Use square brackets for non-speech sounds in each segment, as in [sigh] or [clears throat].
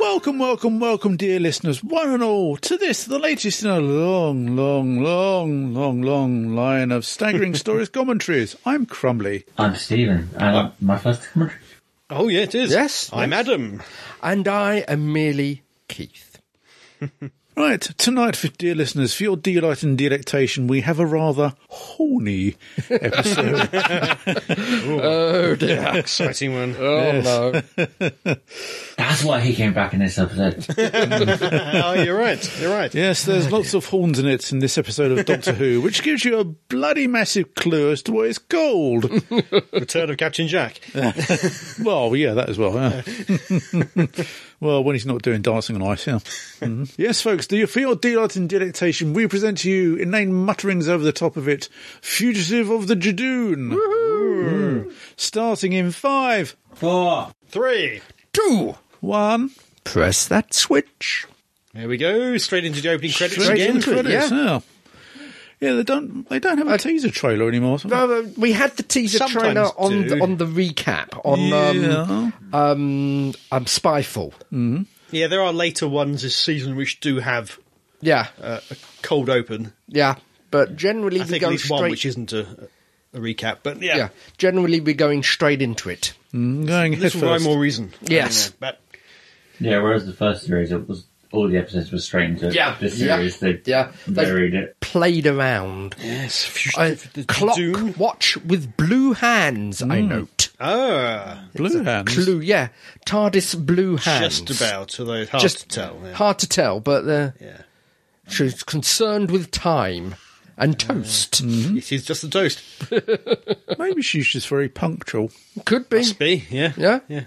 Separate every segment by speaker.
Speaker 1: Welcome, welcome, welcome, dear listeners, one and all, to this, the latest in a long, long, long, long, long line of staggering stories commentaries. I'm Crumbly.
Speaker 2: I'm Stephen, and my first commentary.
Speaker 3: Oh, yeah, it is.
Speaker 4: Yes.
Speaker 3: I'm Adam.
Speaker 4: And I am merely Keith.
Speaker 1: Right, tonight, for dear listeners, for your delight and delectation, we have a rather horny episode.
Speaker 4: Oh [laughs] dear.
Speaker 3: Exciting one.
Speaker 4: Oh no.
Speaker 2: That's why he came back in this [laughs] episode.
Speaker 3: oh, you're right. You're right.
Speaker 1: yes, there's lots of horns in it in this episode of Doctor Who, which gives you a bloody massive clue as to what it's called.
Speaker 3: Return of Captain Jack.
Speaker 1: Well, yeah, that as well. yeah.
Speaker 4: [laughs]
Speaker 1: well, when he's not doing dancing on ice, yeah. Mhm.
Speaker 4: Mm-hmm.
Speaker 1: [laughs] Yes, folks, do you feel delight and delectation? We present to you inane mutterings over the top of it. Fugitive of the Jadoon. Mm. Starting in five,
Speaker 2: Four.
Speaker 3: Three.
Speaker 4: Two.
Speaker 1: one,
Speaker 4: Press that switch.
Speaker 3: There we go. Straight into the opening credits
Speaker 4: Straight
Speaker 3: again.
Speaker 4: into it.
Speaker 1: credits. Yeah. yeah, they don't they don't have a teaser trailer anymore. so-
Speaker 4: No, um, no, Uh, we had the teaser
Speaker 3: Sometimes
Speaker 4: trailer on
Speaker 3: do.
Speaker 4: the, on the recap on
Speaker 1: Yeah.
Speaker 4: um um um Spyfall.
Speaker 3: Yeah, there are later ones this season which do have
Speaker 4: Yeah,
Speaker 3: uh, a cold open.
Speaker 4: yeah. But generally
Speaker 3: I
Speaker 4: we
Speaker 3: think
Speaker 4: go
Speaker 3: at least
Speaker 4: straight.
Speaker 3: one which isn't a, a recap. But yeah,
Speaker 4: yeah. generally we're going straight into it.
Speaker 1: Mm, going
Speaker 3: this will
Speaker 1: headfirst.
Speaker 3: rhyme or reason.
Speaker 4: Yes.
Speaker 3: Yeah, But
Speaker 2: Yeah, whereas the first series, it was all the episodes were straight into it.
Speaker 4: Yeah,
Speaker 2: This
Speaker 4: yeah,
Speaker 2: series, they
Speaker 4: yeah. They-
Speaker 2: varied it.
Speaker 4: Played around.
Speaker 3: yes,
Speaker 4: Uh,
Speaker 3: Fugitive of the
Speaker 4: clock
Speaker 3: Doom. Hmm.
Speaker 4: watch with blue hands. I note.
Speaker 3: Ah,
Speaker 1: Blue hands.
Speaker 4: Clue, yeah. TARDIS blue hands.
Speaker 3: just about. Although it's hard to tell. Yeah.
Speaker 4: hard to tell, but uh,
Speaker 3: Yeah.
Speaker 4: she's concerned with time and toast.
Speaker 3: It is just a toast.
Speaker 1: Maybe she's just very punctual.
Speaker 4: Could be
Speaker 3: Must be. Yeah.
Speaker 4: Yeah?
Speaker 3: Yeah.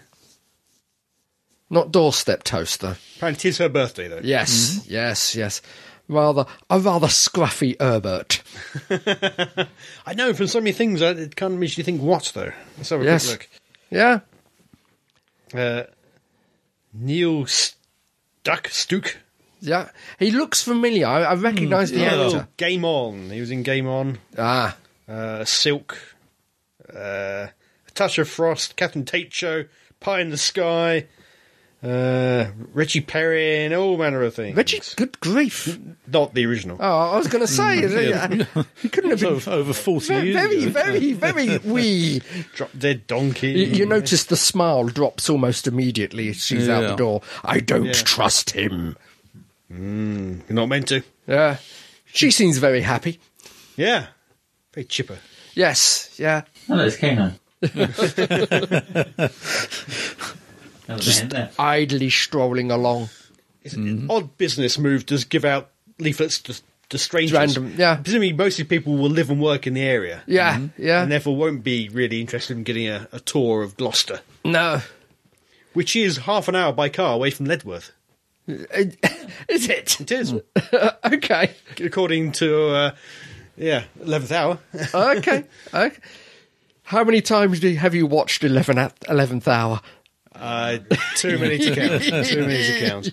Speaker 4: not doorstep toast though.
Speaker 3: Apparently, it is her birthday though.
Speaker 4: Yes, yes, yes. Rather a rather scruffy Herbert.
Speaker 3: I know from so many things, uh, it kind of makes you think, what though? Let's have a
Speaker 4: Yes.
Speaker 3: quick
Speaker 4: Yeah,
Speaker 3: look. Uh, Neil Stuck Stuck.
Speaker 4: yeah. He looks familiar. I, I recognise
Speaker 3: Mm,
Speaker 4: the actor.
Speaker 3: Oh, Game On. He was in Game On.
Speaker 4: Ah,
Speaker 3: Uh, Silk. Uh, a Touch of Frost. Captain Tate Show. Pie in the Sky. Uh, Reggie Perrin. All manner of things.
Speaker 4: Reggie. Good grief.
Speaker 3: Not the original.
Speaker 4: Oh, I was going to say
Speaker 1: yeah.
Speaker 4: he couldn't have been.
Speaker 1: Over, over 40
Speaker 4: Very,
Speaker 1: years.
Speaker 4: very,
Speaker 1: ago.
Speaker 4: very, very wee.
Speaker 3: Drop Dead Donkey.
Speaker 4: You, you notice the smile drops almost immediately as she's out
Speaker 1: Yeah.
Speaker 4: the door. I don't
Speaker 3: Yeah.
Speaker 4: trust him.
Speaker 3: You're Mm, not meant to.
Speaker 4: Yeah. She seems very happy.
Speaker 3: Yeah. Very chipper.
Speaker 4: Yes, yeah.
Speaker 2: Oh, it's [laughs] K9. that was Just, there.
Speaker 4: Idly strolling along.
Speaker 3: It's an
Speaker 4: Mm-hmm.
Speaker 3: odd business move to give out leaflets to, to strangers.
Speaker 4: Random, yeah.
Speaker 3: Presumably, mostly people will live and work in the area.
Speaker 4: Yeah, yeah.
Speaker 3: Mm-hmm. And therefore won't be really interested in getting a, a tour of Gloucester,
Speaker 4: no. [laughs]
Speaker 3: which is half an hour by car away from Ledworth.
Speaker 4: Is it?
Speaker 3: It
Speaker 4: [laughs]
Speaker 3: is,
Speaker 4: Okay.
Speaker 3: according to, uh, yeah, 11th hour. [laughs]
Speaker 4: Okay. [laughs] okay. How many times do you, have you watched 11 at 11th hour?
Speaker 3: Uh, too many to count.
Speaker 4: [laughs]
Speaker 3: too many to count.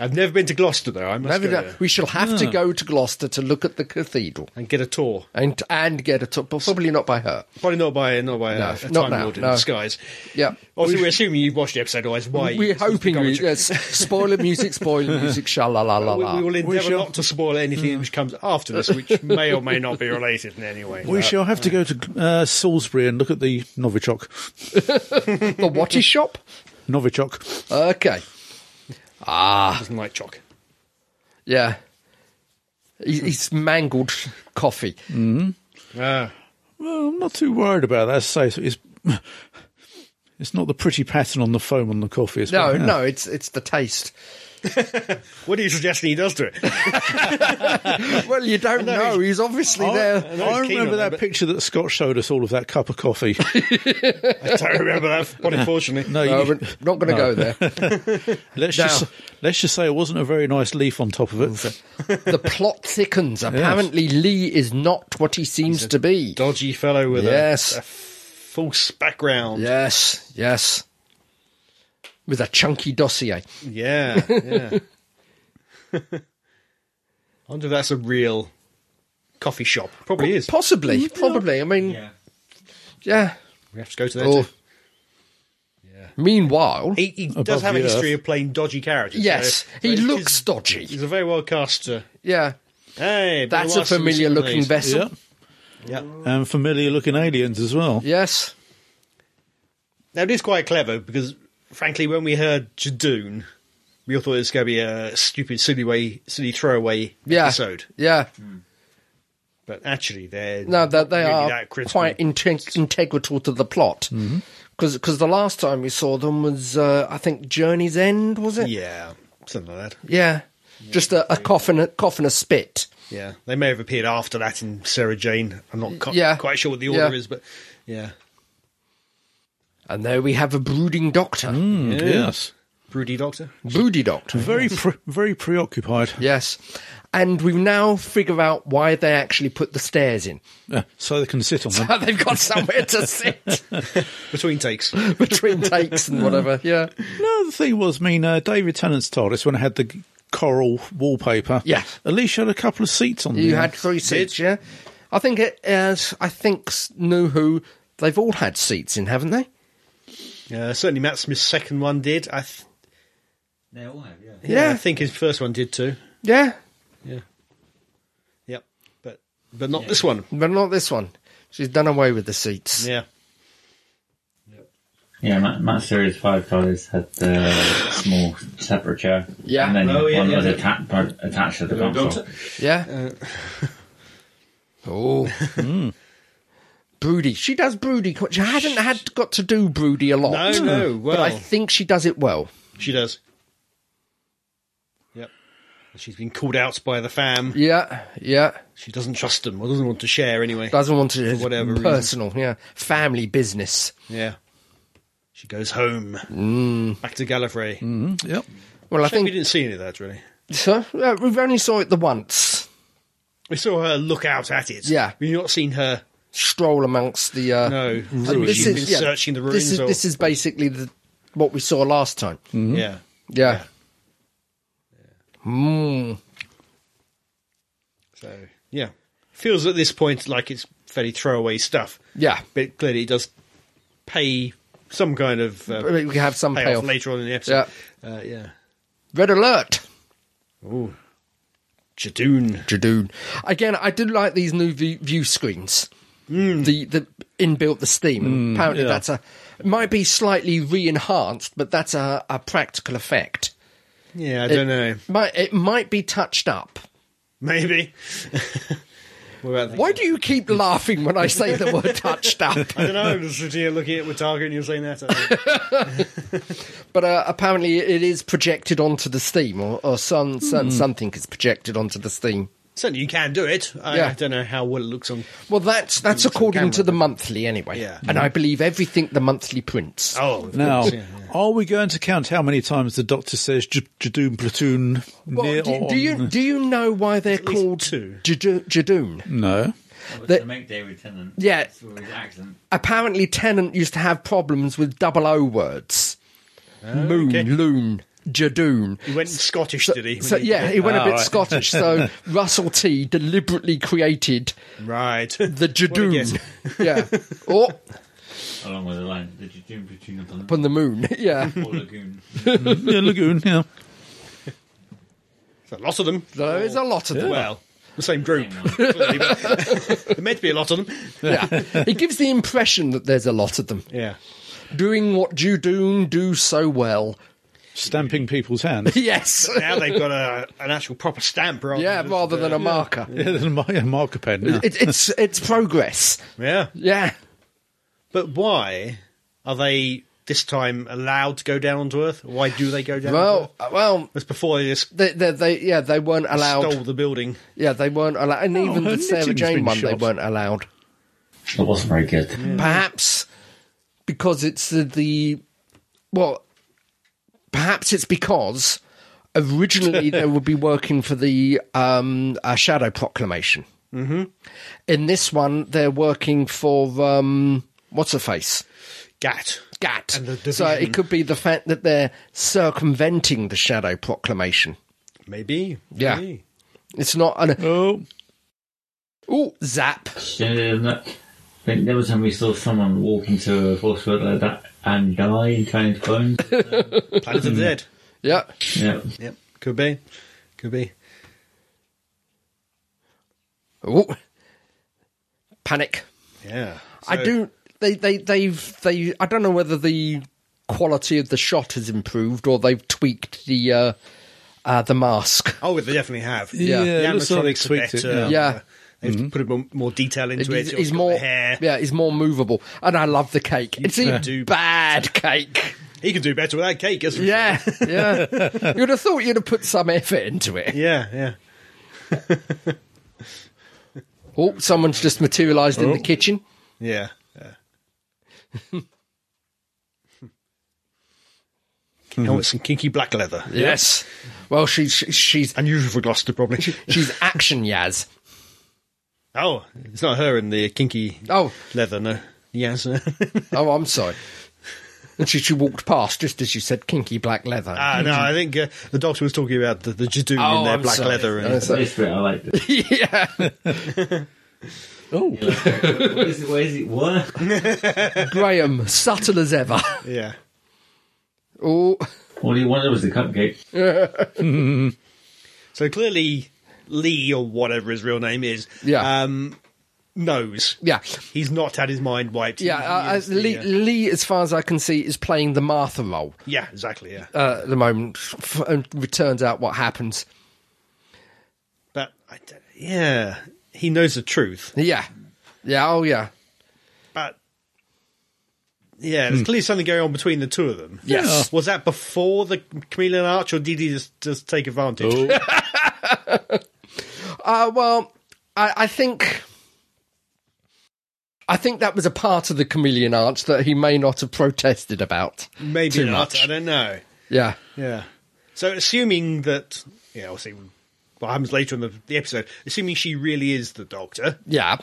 Speaker 3: I've never been to Gloucester, though. I must
Speaker 4: Never
Speaker 3: go
Speaker 4: know.
Speaker 3: there
Speaker 4: We shall have
Speaker 3: Ah.
Speaker 4: to go to Gloucester to look at the cathedral
Speaker 3: and get a tour.
Speaker 4: and and get a top. Probably not by her.
Speaker 3: Probably not by, not by
Speaker 4: No,
Speaker 3: a, a
Speaker 4: not
Speaker 3: Time
Speaker 4: now,
Speaker 3: Lord in
Speaker 4: no.
Speaker 3: disguise.
Speaker 4: Yeah.
Speaker 3: Obviously, we're assuming you've watched the episode, otherwise, why?
Speaker 4: We're
Speaker 3: it's not the
Speaker 4: hoping. We,
Speaker 3: commentary.
Speaker 4: yes, spoiler
Speaker 3: [laughs]
Speaker 4: music, spoiler music, sha la la la
Speaker 3: We,
Speaker 4: la.
Speaker 3: we will endeavour
Speaker 1: shall- Hmm.
Speaker 3: not to spoil anything which comes after this,
Speaker 1: [laughs]
Speaker 3: which may or may not be related in any way. Uh,
Speaker 1: We shall have to go to uh, Salisbury and look at the Novichok.
Speaker 4: The
Speaker 3: [laughs]
Speaker 4: Watty Shop?
Speaker 1: Novichok.
Speaker 4: Okay.
Speaker 3: doesn't like chalk.
Speaker 4: Yeah. He- He's mangled coffee.
Speaker 3: Ah,
Speaker 1: Well, I'm not too worried about that. As I say, it's [sighs] it's not the pretty pattern on the foam on the coffee. It's
Speaker 4: No,
Speaker 1: what- yeah.
Speaker 4: no, it's it's the taste.
Speaker 3: what are you suggesting he does to it? [laughs]
Speaker 4: [laughs] Well, you don't know. He's Oh. obviously
Speaker 1: I,
Speaker 4: there.
Speaker 3: know
Speaker 1: I
Speaker 3: it's keen
Speaker 1: remember that
Speaker 3: on that, but-
Speaker 1: picture that Scott showed us all of that cup of
Speaker 4: [laughs]
Speaker 1: coffee.
Speaker 3: I don't remember that, but unfortunately.
Speaker 1: No,
Speaker 4: No,
Speaker 1: you,
Speaker 4: we're not going to go there. [laughs]
Speaker 1: let's just let's just say it wasn't a very nice leaf on top of it.
Speaker 4: The plot thickens. Apparently, Lee is not what he seems to be.
Speaker 3: Dodgy fellow with a-
Speaker 4: Yes.
Speaker 3: a, false background.
Speaker 4: Yes, yes. With a chunky dossier.
Speaker 3: Yeah, yeah.
Speaker 4: [laughs]
Speaker 3: I wonder if that's a real coffee shop. Probably is.
Speaker 4: Possibly, probably. I mean, yeah.
Speaker 2: Yeah.
Speaker 3: We have to go to that.
Speaker 4: Oh,
Speaker 3: too. Yeah.
Speaker 4: Meanwhile,
Speaker 3: He, he
Speaker 1: Above
Speaker 3: does have a
Speaker 1: the
Speaker 3: history of playing dodgy characters.
Speaker 4: yes,
Speaker 3: so-
Speaker 4: he
Speaker 3: so he's-
Speaker 4: looks dodgy.
Speaker 3: He's a very well caster.
Speaker 4: Yeah,
Speaker 3: Hey, been
Speaker 4: that's
Speaker 3: while
Speaker 4: a
Speaker 3: since
Speaker 4: familiar
Speaker 3: we've
Speaker 4: looking
Speaker 3: played.
Speaker 4: vessel.
Speaker 1: Yeah.
Speaker 3: Yeah.
Speaker 1: And familiar looking aliens as well.
Speaker 4: Yes.
Speaker 3: Now it is quite clever because, frankly, when we heard Jadoon, we all thought it was going to be a stupid, silly way, silly throwaway
Speaker 4: Yeah.
Speaker 3: episode.
Speaker 4: Yeah.
Speaker 3: But actually, they're
Speaker 4: No, that they
Speaker 3: really
Speaker 4: are
Speaker 3: that critical.
Speaker 4: quite integ- integral to the plot. Because the last time we saw them was, uh, I think, Journey's End, was it?
Speaker 3: Yeah, something like that.
Speaker 4: Yeah. Just a, a coffin, a coffin, a spit.
Speaker 3: Yeah, they may have appeared after that in Sarah Jane. I'm not co-
Speaker 4: Yeah.
Speaker 3: quite sure what the
Speaker 4: Yeah.
Speaker 3: order is, but yeah,
Speaker 4: And there we have a brooding doctor.
Speaker 1: Mm, Yes.
Speaker 3: Broody Doctor.
Speaker 4: Broody doctor.
Speaker 1: Very, pre- very preoccupied.
Speaker 4: [laughs] Yes. And we now figure out why they actually put the stairs in. [laughs]
Speaker 1: Yeah, Uh, so they can sit on them.
Speaker 4: They've got somewhere to sit
Speaker 3: Between
Speaker 4: [laughs]
Speaker 3: takes, Uh,
Speaker 4: between takes and whatever. Yeah.
Speaker 1: No, the thing was, I mean, uh, David Tennant's TARDIS, when I had the g- coral wallpaper,
Speaker 4: Yeah.
Speaker 1: at least you had a couple of seats on
Speaker 4: You
Speaker 1: there.
Speaker 4: had three seats, yeah? I think it is. I think s- New Who, they've all had seats in, haven't they?
Speaker 3: uh, certainly Matt Smith's second one did. I th-
Speaker 2: They all have, yeah.
Speaker 3: yeah,
Speaker 4: Yeah.
Speaker 3: I think his first one did too.
Speaker 4: Yeah.
Speaker 3: Yeah, yep, but but not this one.
Speaker 4: But not this one. She's done away with the seats.
Speaker 3: Yeah,
Speaker 2: Yeah, Matt, Matt Series 5 TARDIS had the small separate chair.
Speaker 4: Yeah.
Speaker 2: And then Oh, yeah, one yeah, was yeah. atta- but attached to the console.
Speaker 4: Yeah. oh. Broody. She does Broody. quite- She hasn't had got to do Broody a lot. Hmm.
Speaker 3: No, no,
Speaker 4: But I
Speaker 3: well.
Speaker 4: think she does it well.
Speaker 3: she does. Yep, she's been called out by the fam.
Speaker 4: Yeah, yeah.
Speaker 3: She doesn't trust them or doesn't want to share anyway.
Speaker 4: Doesn't want to.
Speaker 3: For whatever reason.
Speaker 4: Personal, yeah. Family business.
Speaker 3: Yeah, she goes home back to Gallifrey.
Speaker 1: Mm, yep.
Speaker 4: Well, I
Speaker 3: Shame we
Speaker 4: think.
Speaker 3: didn't see any of that really.
Speaker 4: So, uh, we've only saw it the once.
Speaker 3: We saw her look out at it.
Speaker 4: Yeah.
Speaker 3: We've not seen her.
Speaker 4: Stroll amongst the. Uh,
Speaker 3: No.
Speaker 4: And
Speaker 3: She's been
Speaker 4: yeah,
Speaker 3: searching the ruins. Hmm.
Speaker 4: This is,
Speaker 3: or-
Speaker 4: this is Mm-hmm. basically the, what we saw last time.
Speaker 3: Yeah.
Speaker 4: Yeah. Mm.
Speaker 3: So, yeah. Feels at this point like it's fairly throwaway stuff,
Speaker 4: Yeah.
Speaker 3: but clearly it does pay some kind of uh,
Speaker 4: We we have some
Speaker 3: payoff
Speaker 4: payoff.
Speaker 3: later on in the episode. Yeah. Uh, yeah.
Speaker 4: Red alert.
Speaker 3: Ooh. Jadoon.
Speaker 4: Jadoon. Again, I do like these new view, view screens. The the inbuilt the steam. Apparently,
Speaker 1: yeah.
Speaker 4: that's a it might be slightly re-enhanced, but that's a, a practical effect.
Speaker 3: Yeah, I don't know.
Speaker 4: Might it might be touched up. [laughs]
Speaker 3: Maybe. what about the-
Speaker 4: Why do you keep [laughs] laughing when I say the word touched up?
Speaker 3: I don't know. I'm just sitting here looking at Wataga and you're saying that. I don't know.
Speaker 4: But uh, apparently, it is projected onto the steam, or, or some, some something is projected onto the steam.
Speaker 3: [laughs] Certainly you can do it. I,
Speaker 4: Yeah.
Speaker 3: I don't know how well it looks on.
Speaker 4: Well, that's that's according to
Speaker 3: camera.
Speaker 4: the monthly anyway,
Speaker 3: Yeah.
Speaker 4: and I believe everything the monthly prints.
Speaker 3: Oh, of
Speaker 1: Now,
Speaker 3: course, yeah, yeah.
Speaker 1: are we going to count how many times the Doctor says J- Jadoon Platoon
Speaker 4: Well,
Speaker 1: near
Speaker 4: do,
Speaker 1: or
Speaker 4: do you
Speaker 1: on-
Speaker 4: do you know why they're
Speaker 3: least
Speaker 4: called
Speaker 3: two.
Speaker 4: Jado- Jadoon?
Speaker 1: No.
Speaker 4: They-
Speaker 2: to make David Tennant.
Speaker 4: Yeah.
Speaker 2: it's with his accent.
Speaker 4: Apparently, Tennant used to have problems with double O words. Moon,
Speaker 3: okay.
Speaker 4: loon, Jadoon.
Speaker 3: He went Scottish, did he?
Speaker 4: So
Speaker 3: When he-
Speaker 4: yeah, he went a
Speaker 1: Ah,
Speaker 4: bit
Speaker 1: right. [laughs]
Speaker 4: Scottish. So Russell T deliberately created
Speaker 3: Right. [laughs]
Speaker 4: the Jadoon. [laughs] Yeah. Oh, Or
Speaker 2: Along with the line, did you do platoon upon the
Speaker 4: upon the moon. [laughs] Yeah.
Speaker 2: or lagoon?
Speaker 1: yeah, Lagoon, yeah.
Speaker 3: a lot of them.
Speaker 4: There is a lot of them.
Speaker 3: Well, the same
Speaker 4: [laughs]
Speaker 3: group.
Speaker 2: Hang on.
Speaker 3: clearly, but [laughs] there meant to be a lot of them.
Speaker 4: Yeah. it gives the impression that there's a lot of them.
Speaker 3: Yeah.
Speaker 4: Doing what Judoon do so well.
Speaker 1: Stamping people's hands. [laughs]
Speaker 4: Yes. [laughs]
Speaker 3: Now they've got a, an actual proper stamp. Rather
Speaker 4: yeah,
Speaker 3: than just,
Speaker 4: rather than
Speaker 3: uh,
Speaker 4: a marker.
Speaker 1: yeah, there's a mar- yeah, marker pen. yeah.
Speaker 4: It, it's it's progress.
Speaker 3: Yeah.
Speaker 4: Yeah.
Speaker 3: But why are they this time allowed to go down onto Earth? Why do they go down? onto Earth?
Speaker 4: Well, uh, well,
Speaker 3: that's before they just
Speaker 4: they, they, they yeah they weren't allowed.
Speaker 3: stole the building.
Speaker 4: Yeah, they weren't allowed, and
Speaker 1: Oh,
Speaker 4: even
Speaker 1: her
Speaker 4: the Sarah
Speaker 1: knitting's
Speaker 4: Jane
Speaker 1: been
Speaker 4: one they
Speaker 1: shot.
Speaker 4: weren't allowed.
Speaker 2: That wasn't very good.
Speaker 4: Perhaps because it's the, the well, perhaps it's because originally they would be working for the um, uh, Shadow Proclamation. Mm-hmm. In this one, they're working for um, what's her face.
Speaker 3: Gat.
Speaker 4: Gat.
Speaker 3: And the
Speaker 4: So
Speaker 3: division.
Speaker 4: it could be the fact that they're circumventing the Shadow Proclamation.
Speaker 3: Maybe.
Speaker 4: Yeah.
Speaker 3: Maybe.
Speaker 4: It's not an
Speaker 1: Oh,
Speaker 4: oh zap.
Speaker 2: Shit, isn't it? Um, think there was when we saw someone walk into a force field like that and die in Planet of [laughs] Bones.
Speaker 3: Planet of the
Speaker 4: [clears throat]
Speaker 3: Dead.
Speaker 4: Yeah.
Speaker 2: yeah.
Speaker 3: Yep, could be, could be.
Speaker 4: Oh. Panic.
Speaker 3: Yeah,
Speaker 4: I
Speaker 3: So-
Speaker 4: do. They they they've they. I don't know whether the quality of the shot has improved or they've tweaked the uh, uh, the mask.
Speaker 3: Oh, they definitely have.
Speaker 1: Yeah,
Speaker 3: the
Speaker 1: it looks like they
Speaker 3: animatronics are
Speaker 1: tweaked it,
Speaker 3: better.
Speaker 1: yeah. Mm-hmm.
Speaker 4: Yeah.
Speaker 3: They've put more, more detail into it.
Speaker 4: He's,
Speaker 3: It's
Speaker 4: he's
Speaker 3: got
Speaker 4: more,
Speaker 3: the hair.
Speaker 4: yeah, he's more movable, and I love the cake. it's
Speaker 3: can
Speaker 4: a
Speaker 3: do
Speaker 4: bad cake.
Speaker 3: He can do better with that cake, isn't
Speaker 4: Yeah, yeah. you'd have thought you'd have put some effort into it.
Speaker 3: he? Yeah, yeah.
Speaker 4: Oh, someone's just materialised in the kitchen.
Speaker 1: [laughs]
Speaker 3: Yeah. yeah. I want Oh, some kinky black leather.
Speaker 4: Yes. Well, she's she's
Speaker 3: Unusual for Gloucester, probably.
Speaker 4: she's action Yaz.
Speaker 3: [laughs] oh, it's not her in the kinky
Speaker 4: Oh,
Speaker 3: leather, no. Yes.
Speaker 4: oh, I'm sorry. And she, she walked past just as you said, kinky black leather.
Speaker 3: ah, no, I think uh, the doctor was talking about the, the Jadoon
Speaker 4: Oh,
Speaker 3: in their
Speaker 4: I'm
Speaker 3: black
Speaker 4: sorry.
Speaker 3: leather.
Speaker 4: I'm
Speaker 3: And,
Speaker 4: sorry.
Speaker 2: This bit I liked it.
Speaker 4: [laughs] yeah.
Speaker 1: Oh,
Speaker 2: What is it? What is it? What?
Speaker 4: Graham, subtle as ever.
Speaker 3: yeah.
Speaker 4: Oh,
Speaker 2: All he wanted was the cupcake.
Speaker 3: So clearly, Lee, or whatever his real name is,
Speaker 4: Yeah.
Speaker 3: um, knows.
Speaker 4: yeah.
Speaker 3: He's not had his mind wiped.
Speaker 4: Yeah,
Speaker 3: He
Speaker 4: uh, uh,
Speaker 3: is the,
Speaker 4: Lee,
Speaker 3: uh,
Speaker 4: Lee, as far as I can see, is playing the Martha role
Speaker 3: yeah, exactly, yeah.
Speaker 4: uh, at the moment, f- and returns out what happens.
Speaker 3: But, I don't- yeah, he knows the truth.
Speaker 4: Yeah, yeah, oh yeah,
Speaker 3: But yeah, there's clearly something going on between the two of them.
Speaker 4: Hmm. Yes.
Speaker 3: Was that before the chameleon arch, or did he just, just take advantage?
Speaker 4: [laughs]
Speaker 1: oh.
Speaker 4: Uh, well, I, I think. I think that was a part of the chameleon arch that he may not have protested about.
Speaker 3: Maybe
Speaker 4: Too
Speaker 3: not.
Speaker 4: much.
Speaker 3: I don't know.
Speaker 4: Yeah.
Speaker 3: Yeah. So assuming that yeah, we'll see what happens later in the, the episode. Assuming she really is the Doctor,
Speaker 4: Yeah.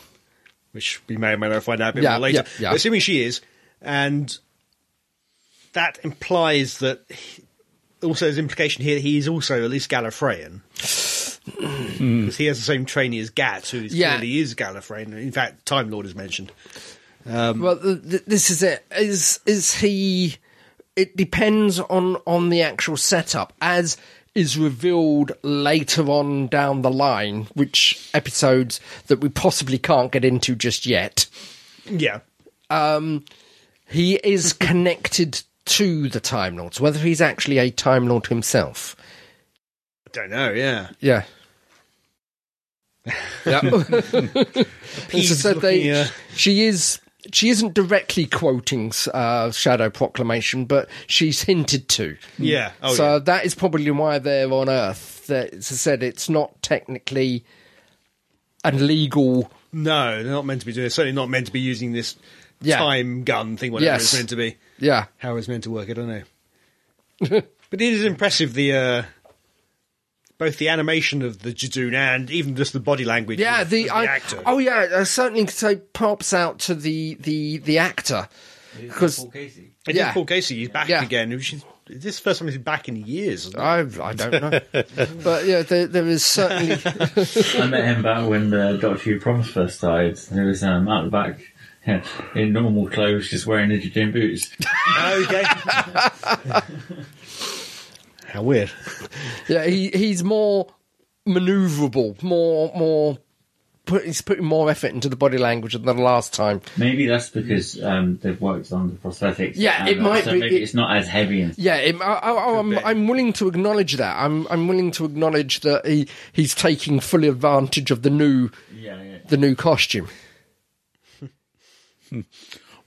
Speaker 3: which we may or may not find out a bit
Speaker 4: Yeah,
Speaker 3: more later.
Speaker 4: yeah, yeah.
Speaker 3: But assuming she is, and that implies that he- also there's implication here that he is also at least Gallifreyan. Because he has the same trainee as Gat, who is
Speaker 4: Hmm. Yeah.
Speaker 3: clearly is Gallifreyan. In fact, Time Lord is mentioned.
Speaker 4: well, th- th- this is it. Is is he? It depends on on the actual setup, as is revealed later on down the line, which episodes that we possibly can't get into just yet. Um,
Speaker 3: Yeah.
Speaker 4: He is connected to the Time Lords, whether he's actually a Time Lord himself.
Speaker 3: I don't know, yeah.
Speaker 4: Yeah. [laughs] Yeah.
Speaker 3: [laughs]
Speaker 4: And so
Speaker 3: He's
Speaker 4: said they,
Speaker 3: looking, uh,
Speaker 4: she is she isn't directly quoting uh, Shadow Proclamation, but she's hinted to.
Speaker 3: Yeah. Oh,
Speaker 4: Hmm. so
Speaker 3: yeah.
Speaker 4: that is probably why they're on Earth. That, as I said, it's not technically an legal.
Speaker 3: No, they're not meant to be doing Certainly not meant to be using this
Speaker 4: Yeah.
Speaker 3: time gun thing, whatever
Speaker 4: Yes.
Speaker 3: it's meant to be.
Speaker 4: Yeah,
Speaker 3: How it's meant to work, I don't know.
Speaker 4: [laughs]
Speaker 3: but it is impressive the uh, both the animation of the Jadoon and even just the body language.
Speaker 4: yeah.
Speaker 3: of
Speaker 4: The,
Speaker 3: of
Speaker 4: I,
Speaker 3: actor.
Speaker 4: oh yeah, I certainly could say props out to the the the actor because
Speaker 2: Paul Casey.
Speaker 3: I think
Speaker 4: yeah.
Speaker 3: Paul Casey he's back
Speaker 4: Yeah.
Speaker 3: again. Which is, this is the first time he's back in
Speaker 4: [laughs]
Speaker 3: years. isn't it?
Speaker 4: I I don't know,
Speaker 3: [laughs]
Speaker 4: but yeah, there, there is certainly
Speaker 2: I met him back when the Doctor Who Proms first started. He was um, out the back [laughs] yeah, in normal clothes, just wearing his gym boots.
Speaker 3: okay. How weird.
Speaker 4: Yeah, he he's more maneuverable, more more. Put, he's putting more effort into the body language than the last time.
Speaker 2: Maybe that's because um, they've worked on the prosthetics.
Speaker 4: Yeah, it
Speaker 2: and, uh,
Speaker 4: might
Speaker 2: so
Speaker 4: be-
Speaker 2: Maybe
Speaker 4: it-
Speaker 2: it's not as heavy. And,
Speaker 4: Yeah, it, I, I, I- I'm
Speaker 3: be.
Speaker 4: I'm willing to acknowledge that. I'm I'm willing to acknowledge that he he's taking full advantage of the new
Speaker 2: yeah, yeah.
Speaker 4: the new costume.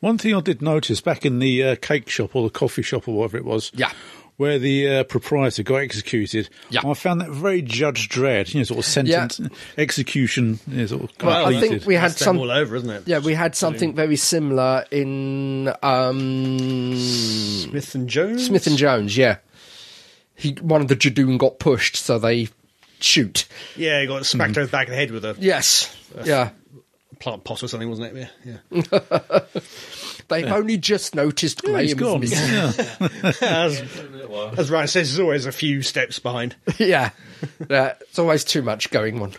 Speaker 1: One thing I did notice back in the uh, cake shop or the coffee shop or whatever it was,
Speaker 4: Yeah.
Speaker 1: where the uh, proprietor got executed,
Speaker 4: Yeah.
Speaker 1: I found that very Judge Dredd, you know, sort of sentence, execution, you know, sort of
Speaker 4: Well, I
Speaker 1: completed.
Speaker 4: think we had
Speaker 3: That's them
Speaker 4: some.
Speaker 3: all over, isn't it?
Speaker 4: Yeah, we had something very similar in um,
Speaker 3: Hmm. Smith and Jones.
Speaker 4: Smith and Jones. Yeah, he one of the Jadoon got pushed, so they shoot.
Speaker 3: Yeah, he got smacked over the back of the head with a
Speaker 4: Hmm. Yes. Yeah.
Speaker 3: plant pot or something, wasn't it? Yeah. yeah.
Speaker 4: They've only just noticed
Speaker 1: Yeah,
Speaker 4: Graham's
Speaker 1: he's gone.
Speaker 4: missing.
Speaker 1: Yeah.
Speaker 3: as, as Ryan says, there's always a few steps behind.
Speaker 4: [laughs] yeah. yeah, it's always too much going on.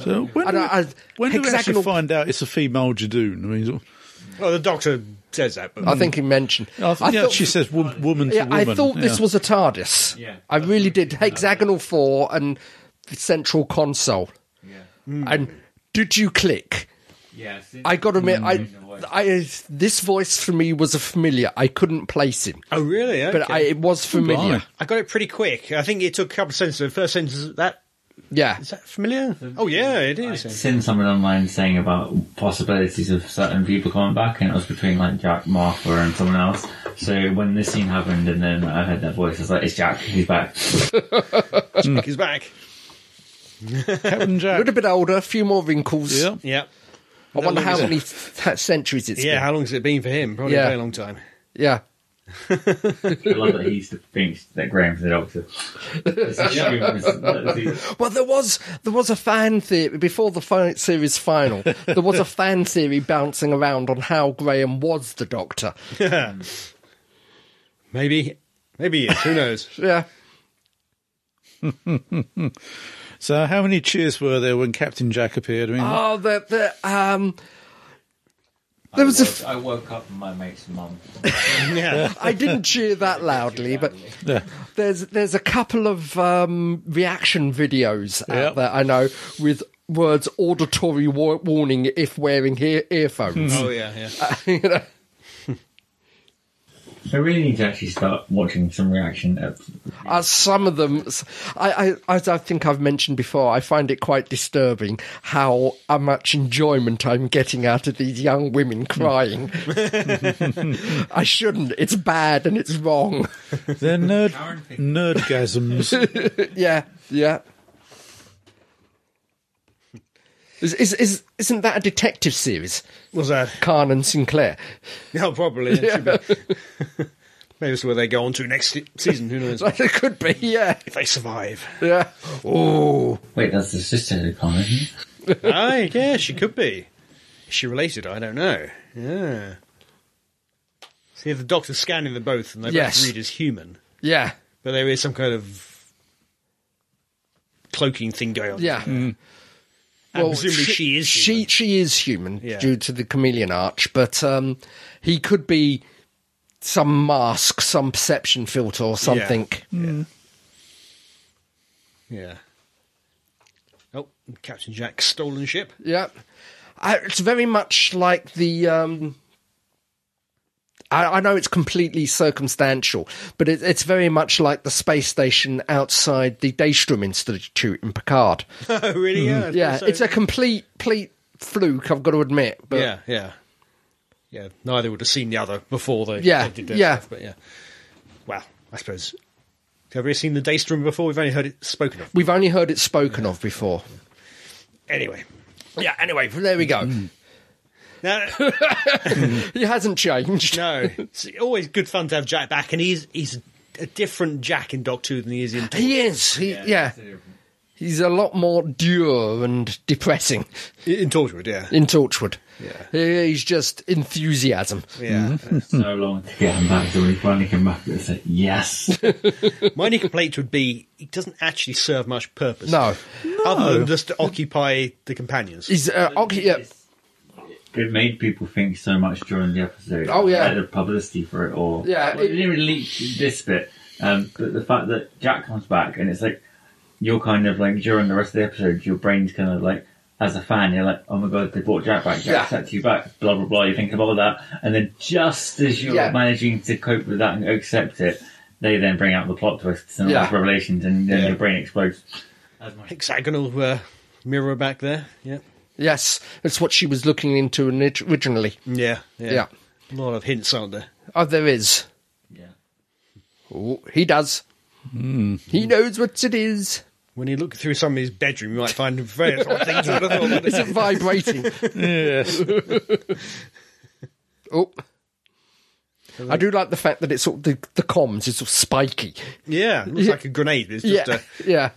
Speaker 1: So when,
Speaker 4: I
Speaker 1: do,
Speaker 4: don't-
Speaker 1: we,
Speaker 4: I-
Speaker 1: when do we actually
Speaker 4: hexagonal-
Speaker 1: find out it's a female Jadoon? I mean, sort of-
Speaker 3: Well, the doctor says that, but
Speaker 4: I think he mentioned.
Speaker 1: I th- yeah,
Speaker 4: thought-
Speaker 1: she says wo- woman to
Speaker 4: yeah,
Speaker 1: woman.
Speaker 4: I thought this
Speaker 1: yeah.
Speaker 4: was a TARDIS.
Speaker 2: Yeah.
Speaker 4: I really did. Hexagonal four and the central console.
Speaker 2: Yeah.
Speaker 1: Mm.
Speaker 4: And did you click?
Speaker 2: Yeah.
Speaker 4: I got to admit,
Speaker 2: Mm.
Speaker 4: I, I this voice for me was a familiar. I couldn't place him,
Speaker 3: oh really?
Speaker 4: but I, it was familiar.
Speaker 1: blimey.
Speaker 3: I got it pretty quick. I think it took a couple of sentences. The first sentence is that
Speaker 4: Yeah,
Speaker 3: is that familiar? Oh yeah, it is.
Speaker 2: seen someone online saying about possibilities of certain people coming back, and it was between like Jack Martha and someone else. So when this scene happened, and then I heard that voice, I was like, "It's Jack. He's back."
Speaker 3: He's back.
Speaker 1: Captain
Speaker 4: a
Speaker 1: Jack.
Speaker 4: little bit older, a few more wrinkles.
Speaker 1: yeah.
Speaker 3: Yeah.
Speaker 4: I wonder
Speaker 3: long
Speaker 4: how
Speaker 3: is it?
Speaker 4: many th- centuries it's
Speaker 3: Yeah,
Speaker 4: been.
Speaker 3: how long has it been for him? Probably
Speaker 4: Yeah.
Speaker 3: a very long time.
Speaker 4: Yeah,
Speaker 2: I love that he used to think that Graham's the doctor. It's a
Speaker 4: [laughs]
Speaker 2: shame, isn't it?
Speaker 4: Well, there was there was a fan theory before the fi- series final. there was a fan theory bouncing around on how Graham was the Doctor.
Speaker 3: Maybe, maybe he is. Who knows? [laughs]
Speaker 4: Yeah,
Speaker 1: So how many cheers were there when Captain Jack appeared? I mean,
Speaker 4: oh, the the um,
Speaker 2: I
Speaker 4: there was a.
Speaker 2: woke-
Speaker 4: F-
Speaker 2: I woke up and my mate's mum.
Speaker 3: yeah.
Speaker 4: I didn't cheer that loudly, but there's there's a couple of um, reaction videos out
Speaker 1: Yep.
Speaker 4: there I know with words auditory war- warning if wearing ear- earphones.
Speaker 3: Oh yeah, yeah.
Speaker 4: you know?
Speaker 2: I really need to actually start watching some reaction. episodes.
Speaker 4: Uh, some of them, s- I, I, as I think I've mentioned before, I find it quite disturbing how uh, much enjoyment I'm getting out of these young women crying. [laughs] I shouldn't. It's bad and it's wrong.
Speaker 1: they're nerd
Speaker 2: Karen Pick-
Speaker 4: [laughs]
Speaker 1: nerdgasms.
Speaker 4: yeah, yeah. Is, is, is, isn't that a detective series?
Speaker 3: What's that? [laughs]
Speaker 4: Khan and Sinclair. [laughs]
Speaker 3: No, probably. it should be. [laughs] Maybe it's where they go on to next se- season. Who knows?
Speaker 4: Like it could be, yeah.
Speaker 3: if they survive.
Speaker 4: Yeah. Oh.
Speaker 2: Wait, that's the sister who come, isn't it?
Speaker 3: Aye, yeah, she could be. Is she related? I don't know. Yeah. See, the doctor's scanning them both, and they
Speaker 4: Yes.
Speaker 3: both read as human.
Speaker 4: Yeah.
Speaker 3: But there is some kind of cloaking thing going on.
Speaker 4: Yeah.
Speaker 3: And presumably she is
Speaker 4: She
Speaker 3: human.
Speaker 4: she is human
Speaker 3: Yeah.
Speaker 4: due to the chameleon arch, but um, he could be some mask, some perception filter, or something. Mm.
Speaker 3: Yeah. Oh, Captain Jack's stolen ship. [laughs]
Speaker 4: Yeah, I, it's very much like the. Um, I, I know it's completely circumstantial, but it, it's very much like the space station outside the Daystrom Institute in Picard.
Speaker 3: oh, really? Yeah. I
Speaker 4: Mm-hmm. Yeah,
Speaker 3: suppose so.
Speaker 4: it's a complete, complete fluke. I've got to admit, but
Speaker 3: yeah, yeah, yeah. Neither would have seen the other before they,
Speaker 4: Yeah,
Speaker 3: they did their
Speaker 4: yeah.
Speaker 3: stuff. But yeah, well, I suppose. Have we seen the Daystrom before? We've only heard it spoken of.
Speaker 4: we've only heard it spoken of before.
Speaker 3: Anyway,
Speaker 4: Yeah, anyway, there we go.
Speaker 3: Mm. now,
Speaker 4: He hasn't changed.
Speaker 3: no, it's always good fun to have Jack back, and he's he's a different Jack in Doc Two than he is in. Doc.
Speaker 4: He is. He, yeah.
Speaker 2: that's the difference.
Speaker 4: He's a lot more dour and depressing
Speaker 3: In Torchwood, yeah,
Speaker 4: in Torchwood.
Speaker 3: Yeah.
Speaker 4: He- He's just enthusiasm.
Speaker 3: yeah.
Speaker 4: Mm-hmm.
Speaker 2: so long to get him back. So when he finally came back, it was like, yes.
Speaker 3: My only complaint would be he doesn't actually serve much purpose.
Speaker 4: No.
Speaker 3: other than just to occupy the companions.
Speaker 4: He's, uh, okay, yeah.
Speaker 2: It made people think so much during the episode.
Speaker 4: Oh, yeah.
Speaker 2: Like, the publicity for it all.
Speaker 4: Yeah,
Speaker 2: Well, it,
Speaker 4: it-
Speaker 2: didn't really leak this bit, um, but the fact that Jack comes back and it's like you're kind of like during the rest of the episode, your brain's kind of like. As a fan, you're like, oh my god, they brought Jack back,
Speaker 4: Yeah.
Speaker 2: Jack set you back, blah blah blah. You think about that, and then just as you're
Speaker 4: Yeah.
Speaker 2: managing to cope with that and accept it, they then bring out the plot twists and
Speaker 4: Yeah.
Speaker 2: like revelations, and then
Speaker 3: Yeah.
Speaker 2: your brain explodes.
Speaker 3: Hexagonal uh, mirror back there. Yeah,
Speaker 4: Yes, that's what she was looking into init- originally.
Speaker 3: yeah, yeah.
Speaker 4: Yeah.
Speaker 3: A lot of hints, aren't there?
Speaker 4: Oh, there is.
Speaker 2: Yeah.
Speaker 4: Oh, he does. He knows what
Speaker 3: [laughs]
Speaker 4: it is.
Speaker 3: When you look through somebody's bedroom, you might find various odd things. you would've
Speaker 4: [laughs]
Speaker 3: thought,
Speaker 4: Is it vibrating?
Speaker 1: yes.
Speaker 4: oh. I do like the fact that it's sort of the, the comms is sort of spiky.
Speaker 3: yeah, it looks like a grenade. but It's just
Speaker 4: yeah, yeah.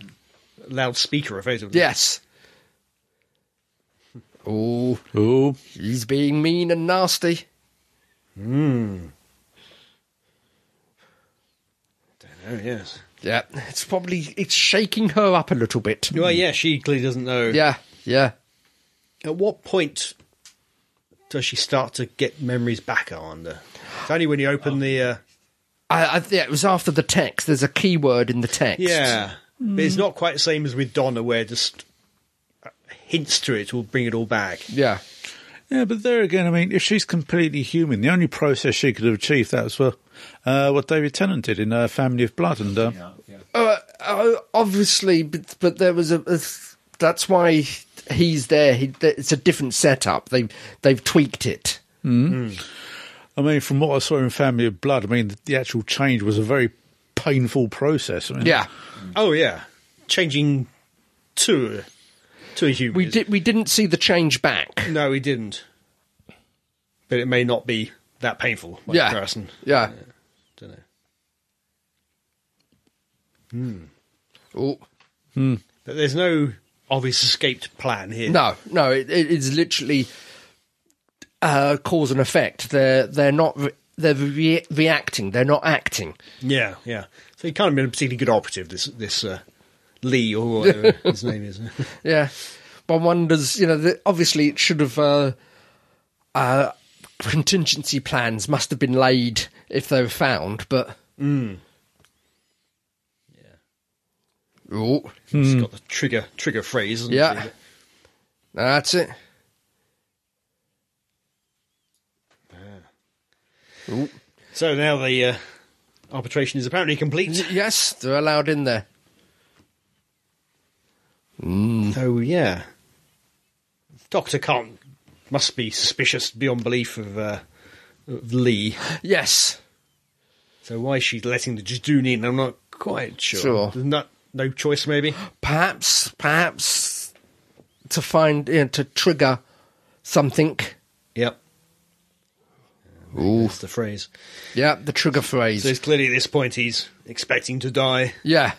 Speaker 3: a loudspeaker, effectively.
Speaker 4: Yes. Oh,
Speaker 1: Oh,
Speaker 4: he's being mean and nasty.
Speaker 3: Oh, yes.
Speaker 4: Yeah, it's probably it's shaking her up a little bit.
Speaker 3: Well, yeah, she clearly doesn't know.
Speaker 4: Yeah, yeah.
Speaker 3: At what point does she start to get memories back? I wonder. It's only when you open the. Uh,
Speaker 4: I, I, yeah, it was after the text. There's a keyword in the text.
Speaker 3: yeah,
Speaker 4: Mm.
Speaker 3: but it's not quite the same as with Donna, where just uh, hints to it will bring it all back.
Speaker 4: Yeah.
Speaker 1: Yeah, but there again, I mean, if she's completely human, the only process she could have achieved that was well, uh, what David Tennant did in uh, Family of Blood, and uh,
Speaker 2: Yeah, yeah.
Speaker 4: Uh, uh, obviously, but, but there was a, a. That's why he's there. He, it's a different setup. They they've tweaked it.
Speaker 1: I mean, from what I saw in Family of Blood, I mean, the, the actual change was a very painful process. I mean,
Speaker 4: Yeah.
Speaker 3: Oh yeah, changing to to a human.
Speaker 4: We
Speaker 3: is-
Speaker 4: did. We didn't see the change back.
Speaker 3: No, he didn't. But it may not be that painful. By
Speaker 4: yeah.
Speaker 3: Comparison.
Speaker 4: Yeah.
Speaker 3: Don't know.
Speaker 4: Oh.
Speaker 3: But there's no obvious escaped plan here.
Speaker 4: No, no, it, it is literally uh, cause and effect. They're they're not re- they're re- reacting. They're not acting.
Speaker 3: Yeah, yeah. So he can't have been a particularly good operative. This this uh, Lee
Speaker 4: [laughs]
Speaker 3: or whatever his name is. [laughs]
Speaker 4: Yeah, one wonders. You know, the, obviously it should have. Uh, uh, contingency plans must have been laid if they were found, but.
Speaker 3: Hmm.
Speaker 4: Oh,
Speaker 3: He's got the trigger trigger phrase. hasn't
Speaker 4: yeah,
Speaker 3: he?
Speaker 4: that's it.
Speaker 3: So now the uh, arbitration is apparently complete.
Speaker 4: Yes, they're allowed in there.
Speaker 3: So Oh, yeah, Doctor can't must be suspicious beyond belief of, uh, of Lee.
Speaker 4: Yes,
Speaker 3: So why is she letting the Jadoon in? I'm not quite sure.
Speaker 4: Sure.
Speaker 3: Isn't that no choice maybe?
Speaker 4: perhaps perhaps to find you know, to trigger something
Speaker 3: Yep.
Speaker 4: Ooh.
Speaker 3: Um, That's the phrase.
Speaker 4: yeah the trigger phrase
Speaker 3: So it's clearly at this point he's expecting to die,
Speaker 4: yeah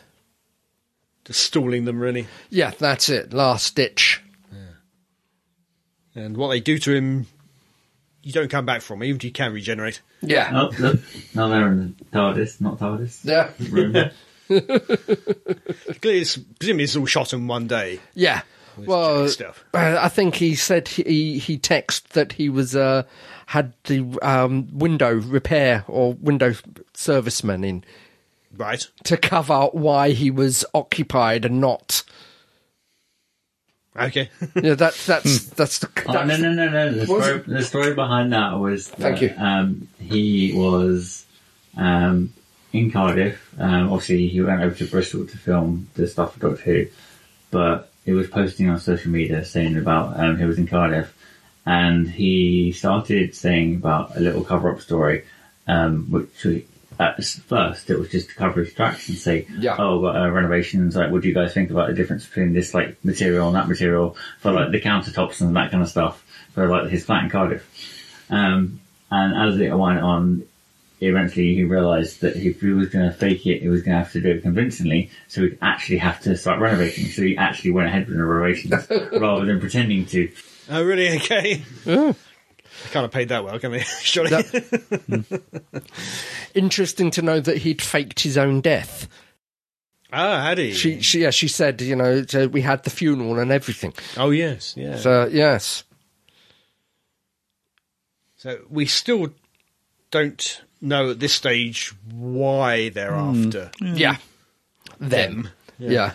Speaker 3: just stalling them really.
Speaker 4: yeah that's it last ditch
Speaker 3: And what they do to him, you don't come back from, even if you can regenerate.
Speaker 4: yeah
Speaker 2: Oh, look. Now they're in the TARDIS, not TARDIS.
Speaker 4: yeah
Speaker 2: Room.
Speaker 3: Clearly, it's, presumably it's all shot in one day.
Speaker 4: yeah well
Speaker 3: check stuff.
Speaker 4: uh, i think he said he he texted that he was uh had the um window repair or window serviceman in
Speaker 3: Right.
Speaker 4: to cover why he was occupied and not
Speaker 3: Okay. [laughs]
Speaker 4: yeah that that's that's the
Speaker 2: Oh, no,
Speaker 4: that's-
Speaker 2: no, no, no. The
Speaker 4: What was
Speaker 2: story, the story behind that was that
Speaker 4: Thank you.
Speaker 2: Um, he was um, in Cardiff. Um, obviously, he went over to Bristol to film the stuff for Doctor Who, but he was posting on social media saying about um, he was in Cardiff, and he started saying about a little cover-up story, um, which we, at s- first it was just to cover his tracks and say,
Speaker 4: Yeah.
Speaker 2: "Oh, but, uh, renovations. Like, what do you guys think about the difference between this like material and that material for like the countertops and that kind of stuff for like his flat in Cardiff?" Um, and as it went on, eventually he realised that if he was going to fake it, he was going to have to do it convincingly, so he'd actually have to start renovating. So he actually went ahead with the renovations rather than pretending to.
Speaker 3: oh, really? Okay. I can't have paid that well, can they? [laughs] Surely.
Speaker 4: interesting to know that he'd faked his own death
Speaker 3: Ah, had he?
Speaker 4: She, she, yeah, she said, you know, so we had the funeral and everything.
Speaker 3: oh, yes. Yeah. So,
Speaker 4: So yes,
Speaker 3: we still don't know at this stage why they're
Speaker 4: Hmm.
Speaker 3: after.
Speaker 4: yeah, them, yeah,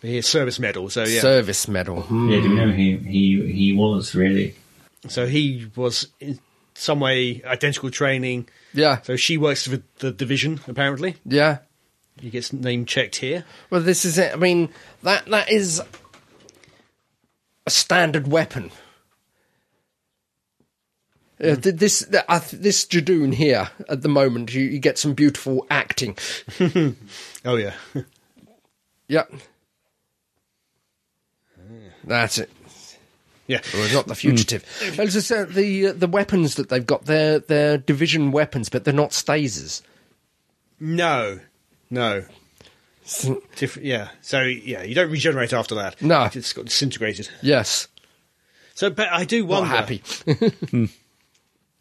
Speaker 3: But He's service medal, so yeah.
Speaker 4: service medal. Hmm.
Speaker 2: Yeah, do you know he he he was really?
Speaker 3: So he was in some way identical training.
Speaker 4: Yeah,
Speaker 3: So she works for the division, apparently.
Speaker 4: yeah.
Speaker 3: He gets name checked here.
Speaker 4: Well, this is it. I mean, that that is a standard weapon. Uh, th- this th- I th- this Jadoon here at the moment, you, you get some beautiful acting.
Speaker 3: Oh, yeah. [laughs]
Speaker 4: Yeah, that's it.
Speaker 3: yeah.
Speaker 4: Well, not the fugitive. As I said, the uh, the weapons that they've got, they're they're division weapons, but they're not stasers.
Speaker 3: No. No.
Speaker 4: So-
Speaker 3: Diff- yeah. So, yeah, you don't regenerate after that.
Speaker 4: No.
Speaker 3: It's got disintegrated.
Speaker 4: Yes,
Speaker 3: So, but I do
Speaker 4: not
Speaker 3: wonder
Speaker 4: happy.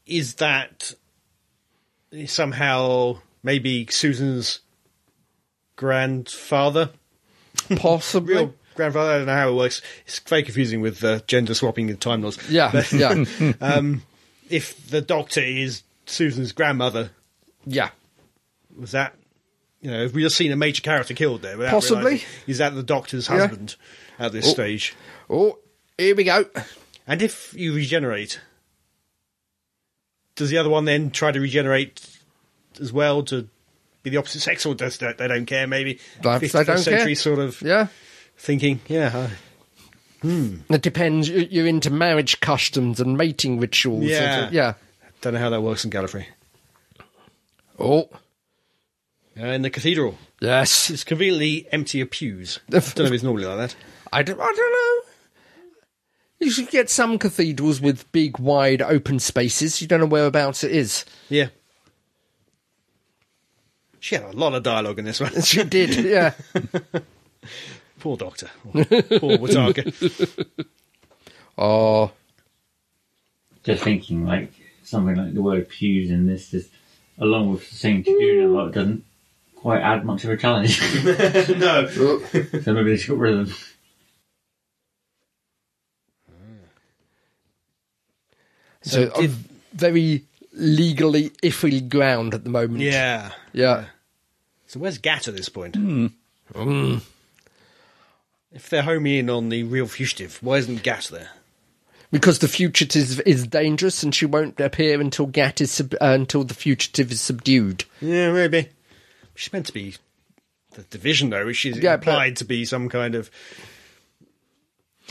Speaker 3: is that somehow maybe Susan's grandfather?
Speaker 4: [laughs] Possibly.
Speaker 3: Real grandfather. I don't know how it works. It's very confusing with uh, gender swapping and time laws.
Speaker 4: [laughs] Yeah,
Speaker 3: But
Speaker 4: yeah,
Speaker 3: if the doctor is Susan's grandmother,
Speaker 4: yeah.
Speaker 3: was that you know, have we just seen a major character killed there? without
Speaker 4: Possibly.
Speaker 3: realising? Is that the doctor's
Speaker 4: Yeah.
Speaker 3: husband at this
Speaker 4: Oh.
Speaker 3: stage?
Speaker 4: Oh, here we go.
Speaker 3: And if you regenerate, does the other one then try to regenerate as well to be the opposite sex, or does they, they don't care? Maybe
Speaker 4: Perhaps they
Speaker 3: 51st
Speaker 4: don't
Speaker 3: century
Speaker 4: care.
Speaker 3: sort of
Speaker 4: Yeah,
Speaker 3: thinking. Yeah, I-
Speaker 4: it depends. You- You're into marriage customs and mating rituals. and-
Speaker 3: Yeah.
Speaker 4: yeah.
Speaker 3: don't know how that works in Gallifrey.
Speaker 4: Oh,
Speaker 3: And Uh, the cathedral
Speaker 4: yes.
Speaker 3: it's conveniently empty of
Speaker 4: [laughs]
Speaker 3: pews. don't know if it's normally like that.
Speaker 4: I don't, I don't know. You should get some cathedrals with big, wide, open spaces. You don't know whereabouts it is. [laughs]
Speaker 3: Yeah. She had a lot of dialogue in this one.
Speaker 4: She [laughs] did, yeah.
Speaker 3: Poor Doctor. Poor Wataka.
Speaker 4: Oh,
Speaker 2: Just thinking, like something like the word pews in this is, along with saying
Speaker 4: Hmm.
Speaker 2: tribunal, like, doesn't quite add much of a challenge. [laughs] no. so maybe they should get rid of them.
Speaker 4: so,
Speaker 3: So did-
Speaker 4: on very legally iffy ground at the moment.
Speaker 3: yeah.
Speaker 4: yeah.
Speaker 3: So where's Gat at this point?
Speaker 4: Hmm.
Speaker 3: Hmm. If they're homing in on the real fugitive, why isn't Gat there?
Speaker 4: Because the fugitive is dangerous, and she won't appear until Gat is sub- uh, until the fugitive is subdued.
Speaker 3: Yeah, maybe. She's meant to be the division, though. She's
Speaker 4: Yeah, but-
Speaker 3: implied to be some kind of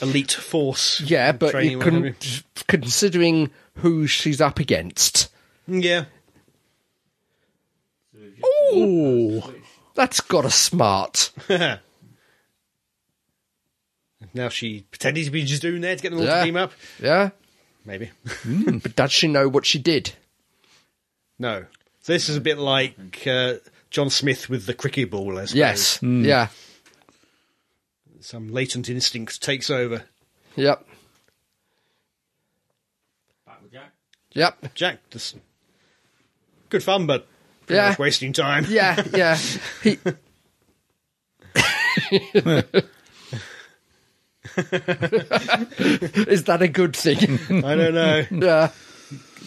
Speaker 3: elite force.
Speaker 4: Yeah, but
Speaker 3: Training,
Speaker 4: you
Speaker 3: what have
Speaker 4: can, considering who she's up against,
Speaker 3: you. Yeah.
Speaker 4: oh, that's got a smart.
Speaker 3: [laughs] now she pretended to be just doing there to get them all
Speaker 4: Yeah.
Speaker 3: to team up.
Speaker 4: [laughs] Yeah,
Speaker 3: Maybe. [laughs]
Speaker 4: but does she know what she did?
Speaker 3: no. So this is a bit like uh, John Smith with the cricket ball, I suppose.
Speaker 4: Yes. Yeah.
Speaker 3: Some latent instinct takes over.
Speaker 4: Yep. Yep.
Speaker 3: Jack, this good fun, but pretty
Speaker 4: Yeah.
Speaker 3: much wasting time.
Speaker 4: Yeah. Yeah. He. [laughs] Is that a good
Speaker 3: [laughs]
Speaker 4: thing?
Speaker 3: I don't know.
Speaker 4: [laughs] Yeah.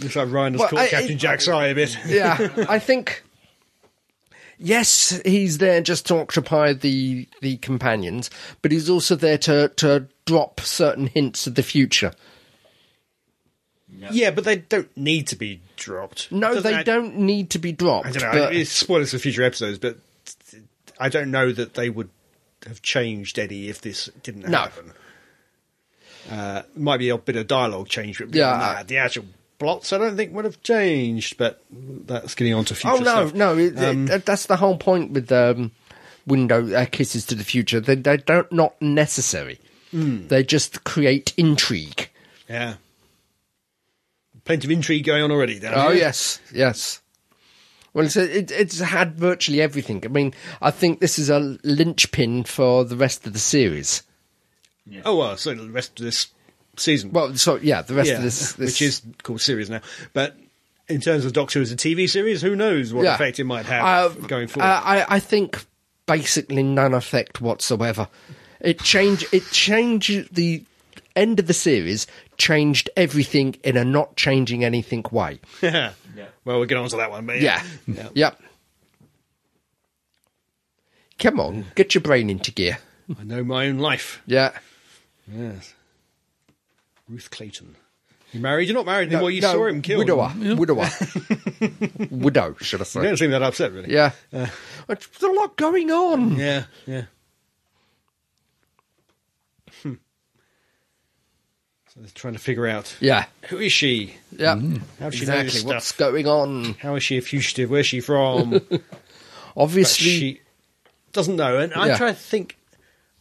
Speaker 3: Looks like Ryan has
Speaker 4: Well,
Speaker 3: caught
Speaker 4: I-
Speaker 3: Captain
Speaker 4: I-
Speaker 3: Jack's eye a bit.
Speaker 4: Yeah. I think. Yes, he's there just to occupy the the companions, but he's also there to to drop certain hints of the future.
Speaker 3: Yeah, but they don't need to be dropped.
Speaker 4: No,
Speaker 3: Doesn't
Speaker 4: they
Speaker 3: that-
Speaker 4: don't need to be dropped.
Speaker 3: I don't know.
Speaker 4: but-
Speaker 3: it's spoilers for future episodes, but I don't know that they would have changed any if this didn't
Speaker 4: No.
Speaker 3: happen. Uh, might be a bit of dialogue change, but
Speaker 4: Yeah,
Speaker 3: beyond
Speaker 4: I-
Speaker 3: that, the actual plots I don't think would have changed. But that's getting on to future.
Speaker 4: Oh no,
Speaker 3: stuff. Um,
Speaker 4: no, it, it- uh, that's the whole point with um, window uh, kisses to the future. They they don't not necessary.
Speaker 3: Hmm.
Speaker 4: They just create intrigue.
Speaker 3: Yeah, plenty of intrigue going on already. Down
Speaker 4: Oh
Speaker 3: here.
Speaker 4: yes, yes. Well, it's it, it's had virtually everything. I mean, I think this is a linchpin for the rest of the series.
Speaker 3: Oh well, so the rest of this season.
Speaker 4: Well, so yeah, the rest
Speaker 3: yeah,
Speaker 4: of this, this
Speaker 3: which is called series now, but. In terms of Doctor Who as a TV series, who knows what
Speaker 4: yeah.
Speaker 3: effect it might have
Speaker 4: Uh,
Speaker 3: going forward?
Speaker 4: uh, I I think basically none effect whatsoever. It changed. It changed the end of the series. Changed everything in a not changing anything way.
Speaker 3: [laughs] yeah. Well, we'll get on to that one. But
Speaker 4: Yeah. Yep. Come on, get your brain into gear.
Speaker 3: I know my own life.
Speaker 4: Yeah.
Speaker 3: Yes. Ruth Clayton. You married? You're not married anymore. you saw him killed.
Speaker 4: Widower.
Speaker 3: [laughs]
Speaker 4: Widower. Widow, should I
Speaker 3: You
Speaker 4: say?
Speaker 3: don't seem that upset, really.
Speaker 4: Yeah.
Speaker 3: Uh.
Speaker 4: There's a lot going on.
Speaker 3: Yeah. yeah. Hmm. So they're trying to figure out
Speaker 4: Yeah.
Speaker 3: who is she?
Speaker 4: Yeah.
Speaker 3: How does Mm. she know
Speaker 4: Exactly.
Speaker 3: this
Speaker 4: What's
Speaker 3: stuff?
Speaker 4: going on?
Speaker 3: How is she a fugitive? Where's she
Speaker 4: [laughs]
Speaker 3: from?
Speaker 4: Obviously,
Speaker 3: she doesn't know. And I'm
Speaker 4: Yeah.
Speaker 3: trying to think.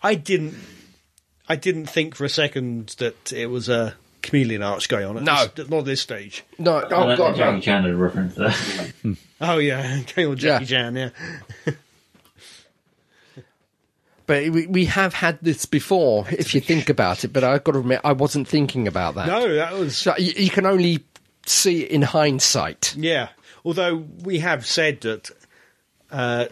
Speaker 3: I didn't. I didn't think for a second that it was a chameleon arch going on. At
Speaker 4: No.
Speaker 3: this, not at this stage.
Speaker 4: no.
Speaker 2: I
Speaker 4: Oh
Speaker 2: like
Speaker 4: God,
Speaker 2: the Jackie
Speaker 4: no.
Speaker 2: Chan had a reference [laughs] there.
Speaker 3: Oh yeah, [laughs] going on Jackie
Speaker 4: Yeah.
Speaker 3: Jan. Yeah.
Speaker 4: But we, we have had this before, if you think about it. But I've got to admit, I wasn't thinking about that.
Speaker 3: No, that was
Speaker 4: So you, you can only see it in hindsight.
Speaker 3: Yeah. Although we have said that uh,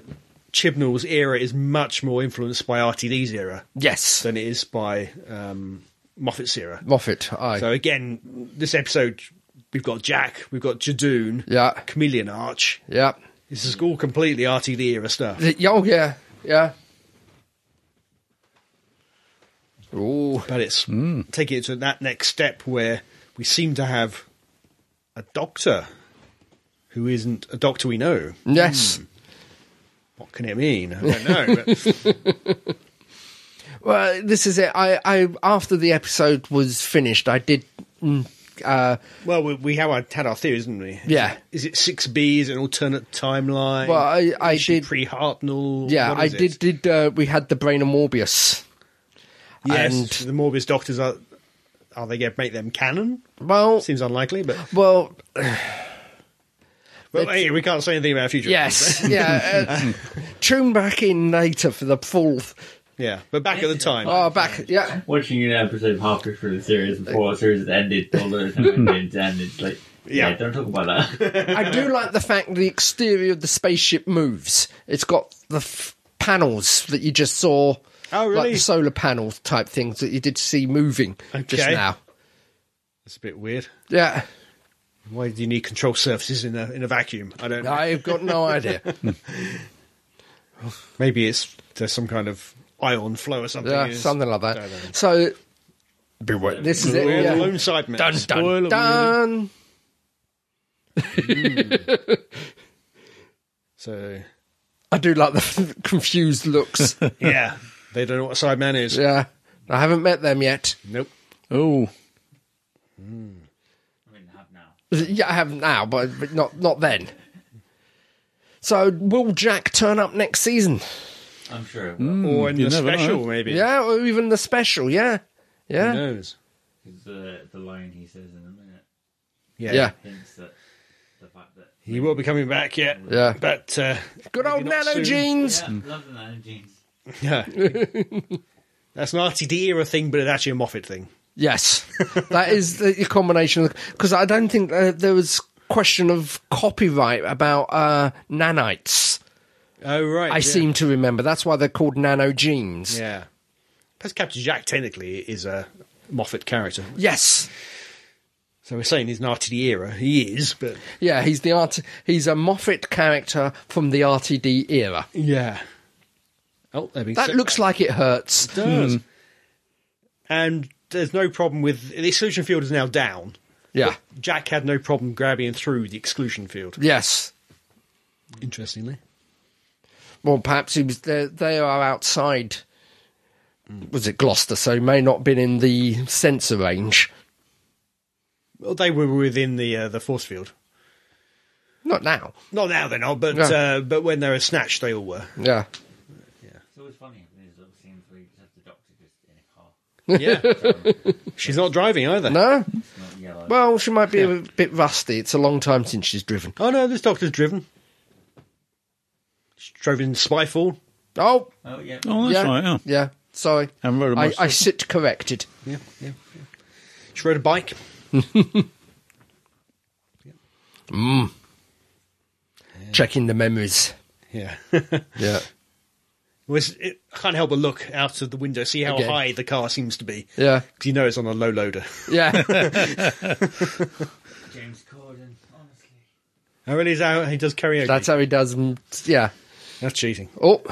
Speaker 3: Chibnall's era is much more influenced by RTD's era
Speaker 4: Yes.
Speaker 3: than it is by um, Moffat's era.
Speaker 4: Moffat. Aye.
Speaker 3: So again, this episode we've got Jack, we've got Jadoon,
Speaker 4: Yeah.
Speaker 3: Chameleon Arch.
Speaker 4: yeah.
Speaker 3: This is all completely RTD era stuff.
Speaker 4: The- yeah, Oh yeah. Yeah. Oh.
Speaker 3: But it's taking it to that next step where we seem to have a doctor who isn't a doctor we know.
Speaker 4: Yes.
Speaker 3: Hmm. What can it mean? I don't know.
Speaker 4: [laughs]
Speaker 3: but-
Speaker 4: Well, this is it. I, I after the episode was finished, I did. mm, Uh,
Speaker 3: well, we, we have our, had our theories, didn't we?
Speaker 4: Yeah.
Speaker 3: Is it 6B? Is it an alternate timeline?
Speaker 4: well, I, I
Speaker 3: Is she
Speaker 4: did.
Speaker 3: pre Hartnell?
Speaker 4: Yeah, I did. Did uh, we had the brain of Morbius?
Speaker 3: Yes. the Morbius doctors are. Are they going to make them canon?
Speaker 4: Well,
Speaker 3: Seems unlikely, but
Speaker 4: well,
Speaker 3: well, hey, we can't say anything about future. episodes.
Speaker 4: yes, [laughs] yeah. Uh, tune back in later for the full.
Speaker 3: yeah. But back at the time,
Speaker 4: Oh, back. Yeah,
Speaker 2: Watching an episode halfway through the series before the series [laughs] ended, all the time ended, and it's like, yeah.
Speaker 3: Yeah.
Speaker 2: don't talk about [laughs] that.
Speaker 4: I do like the fact the exterior of the spaceship moves. It's got the f- panels that you just saw.
Speaker 3: Oh,
Speaker 4: Like
Speaker 3: really?
Speaker 4: the solar panel type things that you did see moving just
Speaker 3: Okay.
Speaker 4: now.
Speaker 3: it's a bit weird.
Speaker 4: Yeah,
Speaker 3: Why do you need control surfaces in a in a vacuum? I don't know.
Speaker 4: I've
Speaker 3: [laughs]
Speaker 4: got no idea.
Speaker 3: Maybe it's there's some kind of ion flow or something.
Speaker 4: Yeah,
Speaker 3: It's-
Speaker 4: something like
Speaker 3: I don't know.
Speaker 4: that. So, this is it.
Speaker 3: We're
Speaker 4: Yeah.
Speaker 3: the lone side man.
Speaker 4: Dun
Speaker 1: Spoiler
Speaker 4: dun dun.
Speaker 3: So
Speaker 4: I do like the [laughs]
Speaker 3: [laughs]
Speaker 4: confused looks.
Speaker 3: yeah, they don't know what a side man is.
Speaker 4: yeah, I haven't met them yet.
Speaker 3: Nope.
Speaker 1: Oh,
Speaker 2: I mean, have now.
Speaker 4: Yeah, I have now, but, but not not then. So, will Jack turn up next season?
Speaker 2: I'm sure it will.
Speaker 4: Hmm.
Speaker 3: or in
Speaker 1: you
Speaker 3: the
Speaker 1: never
Speaker 3: special,
Speaker 1: know.
Speaker 3: maybe.
Speaker 4: Yeah, or even the special? Yeah,
Speaker 3: Who
Speaker 4: yeah,
Speaker 3: knows?
Speaker 2: The, the line he says in a minute
Speaker 3: Yeah.
Speaker 4: yeah.
Speaker 2: hints that the fact that.
Speaker 3: He will be coming back. Yeah.
Speaker 4: Yeah.
Speaker 3: But uh, [laughs]
Speaker 4: Good
Speaker 3: maybe
Speaker 4: old
Speaker 3: not
Speaker 4: nano
Speaker 3: soon.
Speaker 4: jeans.
Speaker 2: Yeah, love the nano jeans.
Speaker 3: Yeah. That's an RTD era thing, but it's actually a Moffat thing. [laughs]
Speaker 4: Yes, that is the the combination because I don't think uh, there was question of copyright about uh, nanites.
Speaker 3: Oh right.
Speaker 4: I
Speaker 3: yeah.
Speaker 4: seem to remember that's why they're called nano jeans.
Speaker 3: Yeah. Plus, Captain Jack technically is a Moffat character.
Speaker 4: Yes,
Speaker 3: So we're saying he's an RTD era. He is, but
Speaker 4: yeah, he's the art. He's a Moffat character from the RTD era.
Speaker 3: yeah. Oh, there we Hmm.
Speaker 4: That looks like it hurts. Hmm.
Speaker 3: does. And there's no problem with the exclusion field is now down.
Speaker 4: Yeah.
Speaker 3: Jack had no problem grabbing through the exclusion field.
Speaker 4: Yes.
Speaker 3: Interestingly,
Speaker 4: Well, perhaps he was. They, they are outside. Was it Gloucester? So he may not have been in the sensor range.
Speaker 3: well, they were within the uh, the force field.
Speaker 4: Not now.
Speaker 3: Not now, they're not. But
Speaker 4: No.
Speaker 3: uh, but when they were snatched, they all were.
Speaker 4: Yeah.
Speaker 2: It's always funny having these little scenes where you just have the doctor just in a car.
Speaker 3: [laughs] Yeah, she's not driving either.
Speaker 4: No.
Speaker 2: It's not yellow.
Speaker 4: Well, she might be a bit rusty. It's a long time since she's driven.
Speaker 3: Oh no, this doctor's driven. She drove in Spyfall.
Speaker 4: Oh,
Speaker 2: oh, yeah.
Speaker 1: oh, that's
Speaker 4: yeah.
Speaker 1: right. Yeah,
Speaker 4: Yeah. Sorry.
Speaker 1: Haven't read
Speaker 4: I,
Speaker 1: much.
Speaker 4: I sit corrected.
Speaker 3: Yeah, yeah. yeah. She rode a bike.
Speaker 4: Checking the memories.
Speaker 3: [laughs] Yeah.
Speaker 4: Yeah.
Speaker 3: Was it, I can't help but look out of the window, see how
Speaker 4: Again.
Speaker 3: high the car seems to be.
Speaker 4: Yeah.
Speaker 3: 'Cause you know it's on a low loader. [laughs]
Speaker 1: [laughs]
Speaker 4: Yeah.
Speaker 2: James Corden, honestly.
Speaker 3: Oh, really? Is that how he does karaoke?
Speaker 4: That's how he does. mm, Yeah.
Speaker 3: That's cheating.
Speaker 4: Oh.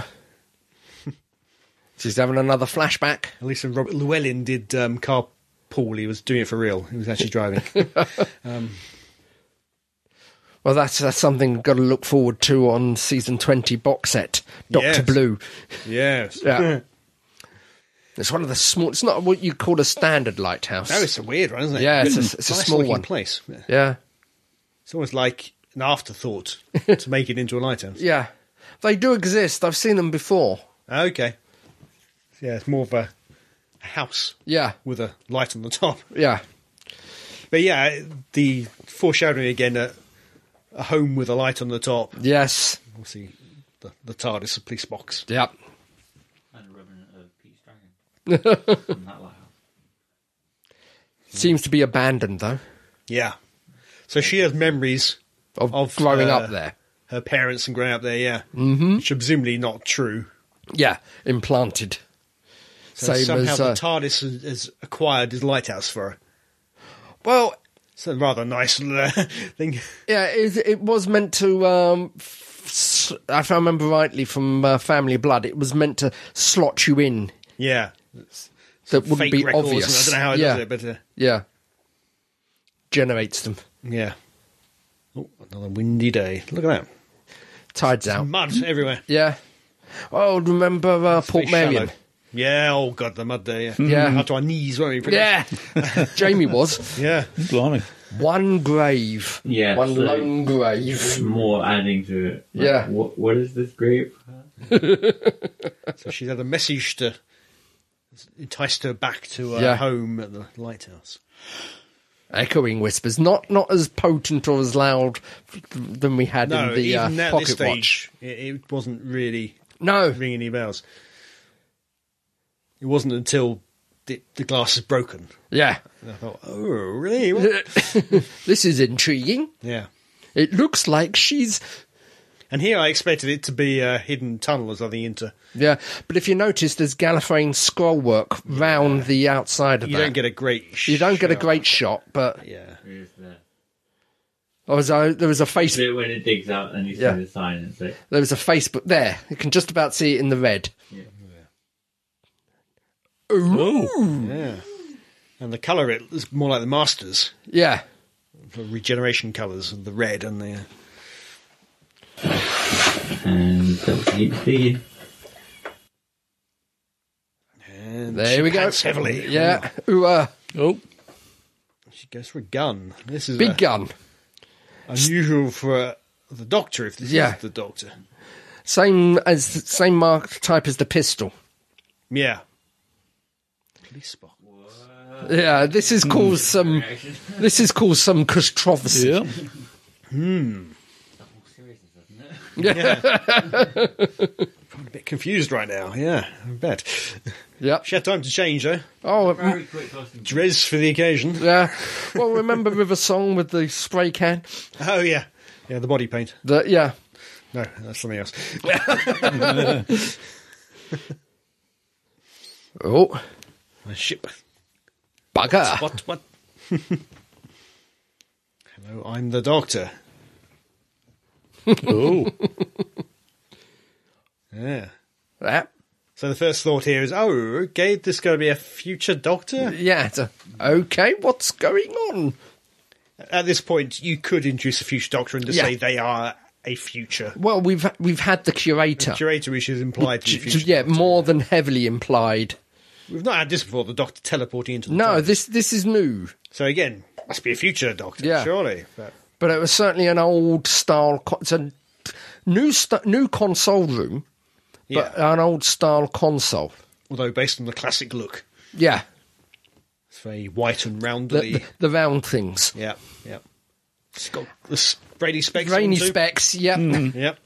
Speaker 4: [laughs] She's having another flashback.
Speaker 3: At least when Robert Llewellyn did um, Carpool, he was doing it for real. He was actually driving.
Speaker 4: [laughs] Well, that's that's something we've got to look forward to on season twenty box set, Doctor
Speaker 3: Yes.
Speaker 4: Blue.
Speaker 3: yes.
Speaker 4: Yeah, it's one of the small. It's not what you call a standard
Speaker 3: [laughs]
Speaker 4: lighthouse.
Speaker 3: That was a weird one, isn't it?
Speaker 4: Yeah, it's
Speaker 3: [clears throat]
Speaker 4: a- it's a
Speaker 3: nice
Speaker 4: small
Speaker 3: looking
Speaker 4: one.
Speaker 3: place.
Speaker 4: yeah,
Speaker 3: It's almost like an
Speaker 4: [laughs]
Speaker 3: afterthought to make it into a lighthouse.
Speaker 4: yeah. They do exist. I've seen them before.
Speaker 3: Okay. Yeah, it's more of a house
Speaker 4: Yeah,
Speaker 3: with a light on the top.
Speaker 4: yeah,
Speaker 3: But yeah, the foreshadowing again, a, a home with a light on the top.
Speaker 4: yes,
Speaker 3: We'll see the, the TARDIS, the police box.
Speaker 4: yep.
Speaker 2: And a ribbon of Pete's Dragon. From that lighthouse.
Speaker 4: Seems to be abandoned though.
Speaker 3: Yeah. So she has memories
Speaker 4: Of,
Speaker 3: Of,
Speaker 4: growing
Speaker 3: uh,
Speaker 4: up there.
Speaker 3: her parents and growing up there, yeah. Mm-hmm. Which are presumably not true.
Speaker 4: Yeah, implanted.
Speaker 3: So
Speaker 4: Same
Speaker 3: somehow
Speaker 4: as
Speaker 3: the
Speaker 4: uh,
Speaker 3: TARDIS has, has acquired his lighthouse for her.
Speaker 4: well,
Speaker 3: It's a rather nice uh, [laughs] thing.
Speaker 4: yeah, it, it was meant to. Um, f- s- if I remember rightly from uh, Family Blood, it was meant to slot you in
Speaker 3: Yeah.
Speaker 4: that wouldn't
Speaker 3: Fake
Speaker 4: be
Speaker 3: records. and
Speaker 4: obvious.
Speaker 3: I don't know how it
Speaker 4: yeah,
Speaker 3: does it, but uh,
Speaker 4: yeah, generates them.
Speaker 3: yeah. Oh, another windy day. Look at
Speaker 4: Tides
Speaker 3: that.
Speaker 4: out.
Speaker 3: Mud everywhere.
Speaker 4: Yeah. Oh, remember uh, Port
Speaker 3: Very
Speaker 4: Marion?
Speaker 3: shallow. Yeah, oh god, the mud there. Yeah.
Speaker 4: Yeah.
Speaker 3: Up to our knees, weren't we? pretty
Speaker 4: Yeah, [laughs] Jamie was
Speaker 3: much? Yeah.
Speaker 1: Blimey.
Speaker 4: one grave.
Speaker 2: Yeah,
Speaker 4: one
Speaker 2: so-
Speaker 4: lone grave.
Speaker 2: More adding to it. Like,
Speaker 4: Yeah.
Speaker 2: What, what is this group?
Speaker 3: So she's had a message to entice her back to her
Speaker 4: Yeah.
Speaker 3: home at the lighthouse.
Speaker 4: Echoing whispers, not not as potent or as loud than we had
Speaker 3: No,
Speaker 4: in the
Speaker 3: even
Speaker 4: uh,
Speaker 3: at
Speaker 4: pocket
Speaker 3: this
Speaker 4: watch.
Speaker 3: stage, it, it wasn't really
Speaker 4: No,
Speaker 3: ringing any bells. It wasn't until the, the glass is broken.
Speaker 4: yeah,
Speaker 3: And I thought, oh, really? What?
Speaker 4: [laughs] this is intriguing.
Speaker 3: yeah.
Speaker 4: It looks like she's
Speaker 3: And here I expected it to be a hidden tunnel or something into.
Speaker 4: yeah. But if you notice, there's Gallifreyan scroll work round the outside of
Speaker 3: You
Speaker 4: that.
Speaker 3: don't get a great.
Speaker 4: you don't get a
Speaker 3: shot.
Speaker 4: great shot, but
Speaker 3: Yeah.
Speaker 2: Who is that?
Speaker 4: I was, I, there was a face.
Speaker 2: Is it when it digs out and you
Speaker 4: Yeah.
Speaker 2: see the sign and it's like,
Speaker 4: There was a Facebook there. You can just about see it in the red.
Speaker 2: yeah.
Speaker 1: Ooh.
Speaker 3: Yeah. And the colour it is more like the Masters,
Speaker 4: Yeah,
Speaker 3: the regeneration colours, and the red and the.
Speaker 2: And don't keep digging.
Speaker 3: And
Speaker 4: there
Speaker 3: she
Speaker 4: we go.
Speaker 3: pants Heavily.
Speaker 4: Yeah, ooh, uh,
Speaker 1: Oh.
Speaker 3: She goes for a gun. This is
Speaker 4: big
Speaker 3: uh,
Speaker 4: gun.
Speaker 3: unusual for uh, the doctor. If this
Speaker 4: Yeah.
Speaker 3: is the doctor,
Speaker 4: Same as same mark type as the pistol.
Speaker 3: yeah. Police spot.
Speaker 4: Yeah, this has caused some. This has caused some controversy. [laughs]
Speaker 1: Yeah.
Speaker 3: I'm a bit confused right now. Yeah, I bet. [laughs]
Speaker 4: Yep.
Speaker 3: She had time to change though.
Speaker 4: Oh, it-
Speaker 2: Very quick costume.
Speaker 3: Dress for the occasion.
Speaker 4: yeah. Well, remember River Song with the spray can?
Speaker 3: Oh yeah, yeah. The body paint.
Speaker 4: The, yeah.
Speaker 3: No, that's something else.
Speaker 4: Oh,
Speaker 3: A
Speaker 4: [laughs]
Speaker 3: ship.
Speaker 4: bugger.
Speaker 3: What? What? [laughs] Hello, I'm the doctor.
Speaker 1: Oh.
Speaker 3: Yeah.
Speaker 4: That.
Speaker 3: So the first thought here is, oh, okay, this going to be a future doctor.
Speaker 4: Yeah. it's a- okay, what's going on?
Speaker 3: At this point, you could introduce a future doctor and just
Speaker 4: Yeah.
Speaker 3: say they are a future
Speaker 4: Well, we've we've had the curator.
Speaker 3: curator, which is implied to be
Speaker 4: J-
Speaker 3: future.
Speaker 4: j- yeah,
Speaker 3: doctor.
Speaker 4: more than heavily implied.
Speaker 3: We've not had this before. The doctor teleporting into the
Speaker 4: No,
Speaker 3: time.
Speaker 4: this this is new,
Speaker 3: so again, must be a future doctor,
Speaker 4: Yeah.
Speaker 3: surely. But
Speaker 4: but it was certainly an old style. Co- it's a new st- new console room,
Speaker 3: yeah,
Speaker 4: but uh, an old style console.
Speaker 3: although based on the classic look,
Speaker 4: Yeah,
Speaker 3: it's very white and
Speaker 4: the,
Speaker 3: roundly.
Speaker 4: the, the round things.
Speaker 3: yeah, yeah. It's got the s- brainy specs. on Hmm.
Speaker 4: Rainy
Speaker 3: too.
Speaker 4: specs, yeah.
Speaker 3: Yep.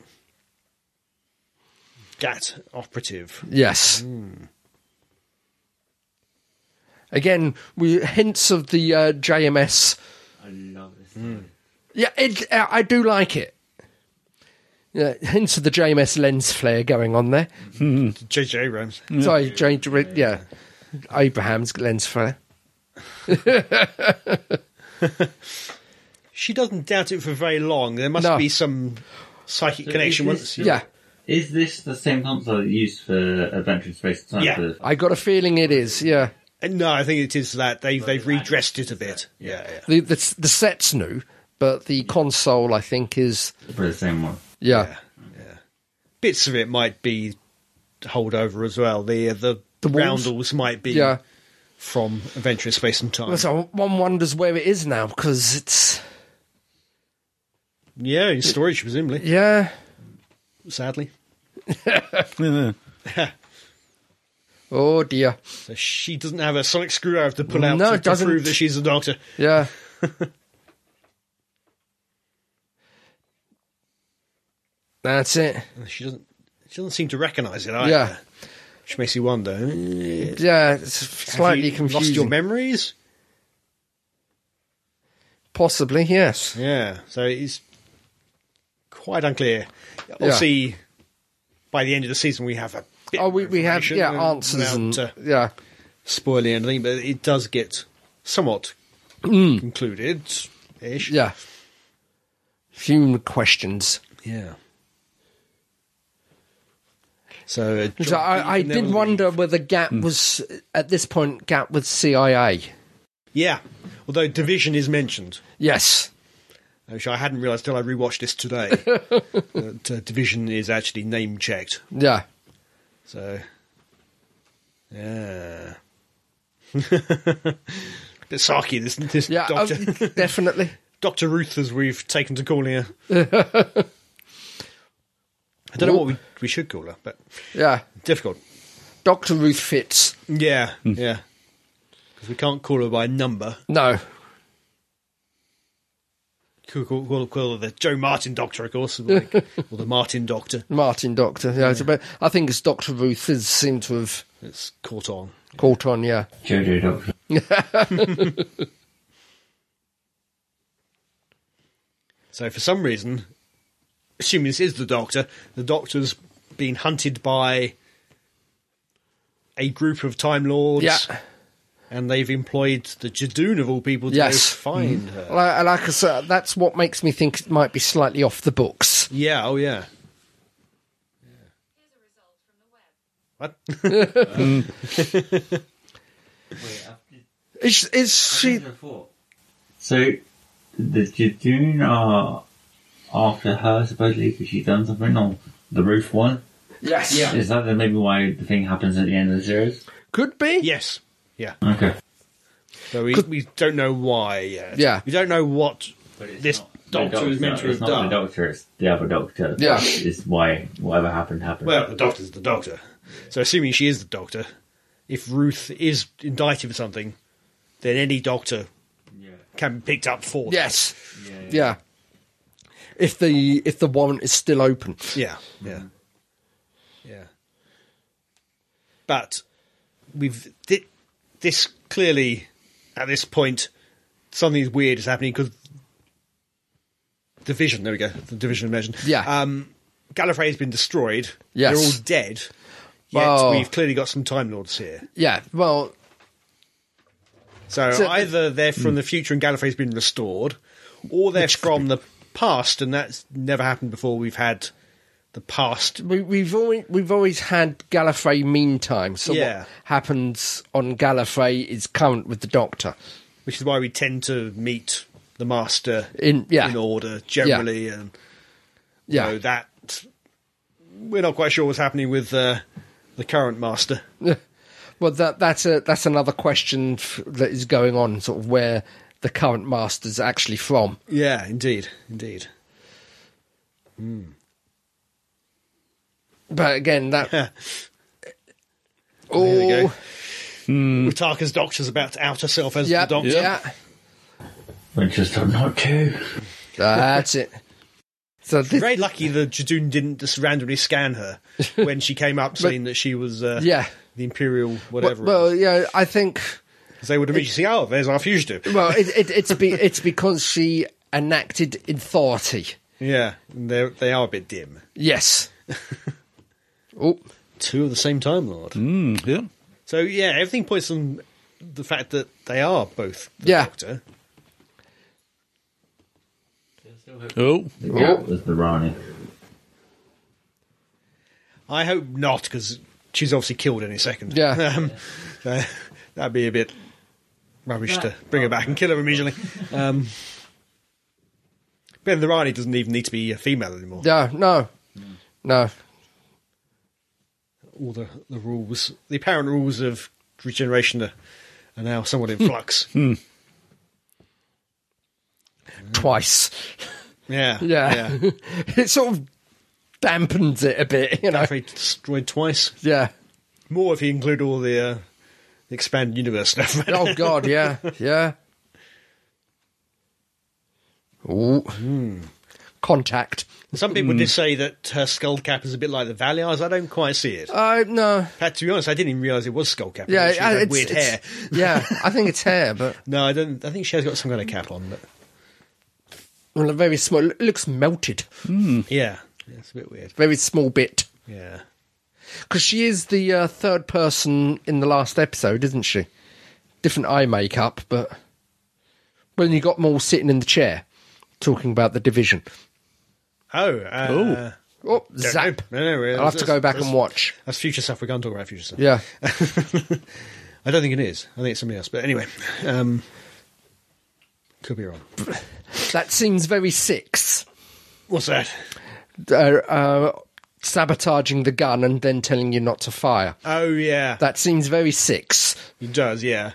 Speaker 3: Gat operative.
Speaker 4: [laughs] Yes.
Speaker 3: Hmm.
Speaker 4: Again, we hints of the uh, JMS.
Speaker 2: I love this.
Speaker 4: Yeah, it, uh, I do like it. Yeah, hints of the JMS lens flare going on there.
Speaker 3: JJ Rams.
Speaker 4: Sorry, J, J- yeah, Abraham's lens flare.
Speaker 3: She doesn't doubt it for very long. There must
Speaker 4: No.
Speaker 3: be some psychic connection.
Speaker 2: is
Speaker 3: Once
Speaker 2: this-
Speaker 4: Yeah,
Speaker 2: Is this the same console that you used for Adventure in Space Time?
Speaker 3: Yeah.
Speaker 2: For the-
Speaker 4: I got a feeling it is. Yeah,
Speaker 3: no, I think it is that they've they've redressed it a bit. Yeah, yeah.
Speaker 4: the the, the set's new, but the console I think is
Speaker 2: for the same one.
Speaker 4: yeah,
Speaker 3: Bits of it might be holdover as well. The the,
Speaker 4: The walls?
Speaker 3: roundels might be
Speaker 4: yeah.
Speaker 3: from Adventure in Space and Time.
Speaker 4: Well, So one wonders where it is now because it's
Speaker 3: yeah, in storage presumably.
Speaker 4: yeah.
Speaker 3: Sadly,
Speaker 1: Yeah.
Speaker 4: Oh dear.
Speaker 3: so she doesn't have a sonic screwdriver to pull out
Speaker 4: No,
Speaker 3: to,
Speaker 4: it
Speaker 3: to
Speaker 4: doesn't.
Speaker 3: prove that she's a doctor.
Speaker 4: [laughs] Yeah. That's it.
Speaker 3: She doesn't. She doesn't seem to recognise it either.
Speaker 4: Yeah.
Speaker 3: Which makes you wonder. eh,
Speaker 4: Yeah, it's
Speaker 3: have
Speaker 4: slightly
Speaker 3: you
Speaker 4: confusing.
Speaker 3: Lost your memories?
Speaker 4: Possibly, yes.
Speaker 3: Yeah. So it's quite unclear. Obviously, by the end of the season, we have a bit
Speaker 4: Oh, we,
Speaker 3: more
Speaker 4: we have
Speaker 3: information
Speaker 4: yeah
Speaker 3: and
Speaker 4: answers and
Speaker 3: without, uh,
Speaker 4: yeah.
Speaker 3: spoiling anything, but it does get somewhat concluded ish.
Speaker 4: Mm. Yeah. Few questions.
Speaker 3: Yeah. So, uh,
Speaker 4: So I, I
Speaker 3: and there
Speaker 4: did
Speaker 3: was-
Speaker 4: wonder whether Gap was at this point Gap with CIA.
Speaker 3: Yeah. Although division is mentioned,
Speaker 4: Yes.
Speaker 3: which I hadn't realised until I rewatched this
Speaker 4: [laughs]
Speaker 3: today. that uh, division is actually name checked.
Speaker 4: Yeah.
Speaker 3: So, yeah. [laughs] Bit sarky, this, this
Speaker 4: Yeah.
Speaker 3: doctor.
Speaker 4: oh, [laughs] definitely.
Speaker 3: Dr. Ruth, as we've taken to calling
Speaker 4: [laughs]
Speaker 3: her. I don't know what we, we should call her, but
Speaker 4: Yeah.
Speaker 3: difficult.
Speaker 4: Doctor Ruth Fitz.
Speaker 3: Yeah,
Speaker 4: Hmm.
Speaker 3: yeah. Because we can't call her by number.
Speaker 4: No.
Speaker 3: Call, call, call, call her the Joe Martin doctor, of course,
Speaker 4: [laughs]
Speaker 3: like, or the Martin doctor.
Speaker 4: Martin Doctor. Yeah. it's about- I think it's Doctor Ruth is seemed to have
Speaker 3: It's caught on.
Speaker 4: caught on. Yeah.
Speaker 2: Jojo Doctor.
Speaker 3: So for some reason, assuming this is the doctor, the doctor's been hunted by a group of Time Lords.
Speaker 4: Yeah.
Speaker 3: And they've employed the Jadoon of all people to
Speaker 4: Yes. Mm-hmm.
Speaker 3: go find her.
Speaker 4: Like, like I said, that's what makes me think it might be slightly off the books.
Speaker 3: Yeah, oh yeah.
Speaker 5: Here's a result from the web.
Speaker 3: What? [laughs]
Speaker 4: Is, is
Speaker 5: [laughs]
Speaker 4: she?
Speaker 2: So the Jadoon are after her supposedly because she's done something on the roof one.
Speaker 4: Yes.
Speaker 2: Is that then maybe why the thing happens at the end of the series?
Speaker 4: Could be.
Speaker 3: yes. Yeah.
Speaker 2: Okay.
Speaker 3: So we, we don't know why yet.
Speaker 4: Yeah.
Speaker 3: We don't know what
Speaker 2: But it's
Speaker 3: This
Speaker 2: not the
Speaker 3: doctor is meant to
Speaker 2: it's
Speaker 3: have
Speaker 2: not
Speaker 3: done.
Speaker 2: the doctor, it's the other doctor.
Speaker 4: Yeah.
Speaker 2: Is why whatever happened happened.
Speaker 3: Well, the doctor's the doctor. So, assuming she is the doctor, if Ruth is indicted for something, then any doctor
Speaker 2: yeah.
Speaker 3: can be picked up for. that.
Speaker 4: Yes.
Speaker 2: Yeah, yeah.
Speaker 4: Yeah. If the if the warrant is still open.
Speaker 3: Yeah. Yeah.
Speaker 4: Mm-hmm.
Speaker 3: Yeah. But we've thi- this clearly at this point something weird is happening because division. There we go. The division of mention.
Speaker 4: Yeah.
Speaker 3: Um, Gallifrey has been destroyed.
Speaker 4: Yes.
Speaker 3: They're all dead. Yet
Speaker 4: Well-
Speaker 3: we've clearly got some Time Lords here.
Speaker 4: Yeah. Well.
Speaker 3: So,
Speaker 4: So- uh, mm.
Speaker 3: either they're from the future and Gallifrey's been restored, or they're from the past, and that's never happened before. We've had the past.
Speaker 4: we, we've always we've always had Gallifrey meantime. So
Speaker 3: Yeah.
Speaker 4: what happens on Gallifrey is current with the Doctor.
Speaker 3: which is why we tend to meet the master
Speaker 4: In- yeah.
Speaker 3: in order generally, and you
Speaker 4: Yeah,
Speaker 3: know, that we're not quite sure what's happening with uh, the current master.
Speaker 4: well that that's a that's another question f- that is going on, sort of where the current master's actually from.
Speaker 3: Yeah, indeed, indeed.
Speaker 4: But
Speaker 3: [laughs]
Speaker 4: again, that oh
Speaker 3: There we go. Utaka's doctor's about to out herself as
Speaker 4: yeah,
Speaker 3: the doctor.
Speaker 4: yeah,
Speaker 2: Which is done not to.
Speaker 4: that's it. So this,
Speaker 3: Very lucky the Jadoon didn't just randomly scan
Speaker 4: [laughs]
Speaker 3: her when she came up saying that she was uh,
Speaker 4: yeah,
Speaker 3: the Imperial
Speaker 4: well,
Speaker 3: whatever. it
Speaker 4: well,
Speaker 3: was.
Speaker 4: yeah, I think
Speaker 3: 'Cause they would immediately say, oh, there's our fugitive.
Speaker 4: well it, it, it's
Speaker 3: [laughs]
Speaker 4: be, it's because she enacted authority.
Speaker 3: Yeah, and they're- they are a bit dim. [laughs]
Speaker 4: Yes. oh.
Speaker 3: Two of the same Time Lord.
Speaker 1: Mm, yeah.
Speaker 3: So yeah, everything points on the fact that they are both the
Speaker 4: Yeah.
Speaker 3: Doctor.
Speaker 1: Oh,
Speaker 2: The gap was the Rani.
Speaker 3: I hope not, because she's obviously killed any second.
Speaker 4: Yeah.
Speaker 3: um, so [laughs] that'd be a bit rubbish to bring her back and kill her immediately. Um, ben the Rani doesn't even need to be a female anymore.
Speaker 4: No, no,
Speaker 3: mm.
Speaker 4: no.
Speaker 3: All the, the rules, the apparent rules of regeneration are, are now somewhat
Speaker 4: [laughs]
Speaker 3: in flux.
Speaker 4: Twice.
Speaker 3: yeah,
Speaker 4: Yeah. [laughs] it sort of dampens it a bit, you know.
Speaker 3: Afraid destroyed twice.
Speaker 4: Yeah.
Speaker 3: More if you include all the uh, the expanded universe stuff.
Speaker 4: Oh
Speaker 3: [laughs]
Speaker 4: God. Yeah. Yeah. Ooh.
Speaker 3: Hmm.
Speaker 4: Contact.
Speaker 3: Some people
Speaker 4: Mm.
Speaker 3: did say that her skull cap is a bit like the Valiars. I don't quite see it.
Speaker 4: Uh, no.
Speaker 3: Had to be honest, I didn't even realise it was skull cap.
Speaker 4: Yeah.
Speaker 3: Yeah, she
Speaker 4: uh,
Speaker 3: had
Speaker 4: it's,
Speaker 3: weird
Speaker 4: it's-
Speaker 3: hair. [laughs]
Speaker 4: yeah. I think it's hair, but
Speaker 3: No, I don't. I think she has got some kind of cap on. But
Speaker 4: Well, very small. It looks melted. Mm.
Speaker 3: Yeah. yeah, it's a bit weird.
Speaker 4: Very small bit.
Speaker 3: Yeah.
Speaker 4: Because she is the uh, third person in the last episode, isn't she? Different eye makeup, but. When you got them all sitting in the chair talking about the division.
Speaker 3: Oh, uh,
Speaker 1: Ooh.
Speaker 4: Oh, zap.
Speaker 3: No, no, really,
Speaker 4: I'll have to
Speaker 3: that's-
Speaker 4: go back
Speaker 3: that's-
Speaker 4: and watch.
Speaker 3: That's future stuff. We can't talk about future stuff.
Speaker 4: Yeah.
Speaker 3: [laughs] I don't think it is. I think it's somebody else. But anyway, um, could be wrong.
Speaker 4: that seems very six.
Speaker 3: What's that?
Speaker 4: Uh, uh, sabotaging the gun and then telling you not to fire.
Speaker 3: Oh yeah,
Speaker 4: That seems very six.
Speaker 3: it does. Yeah,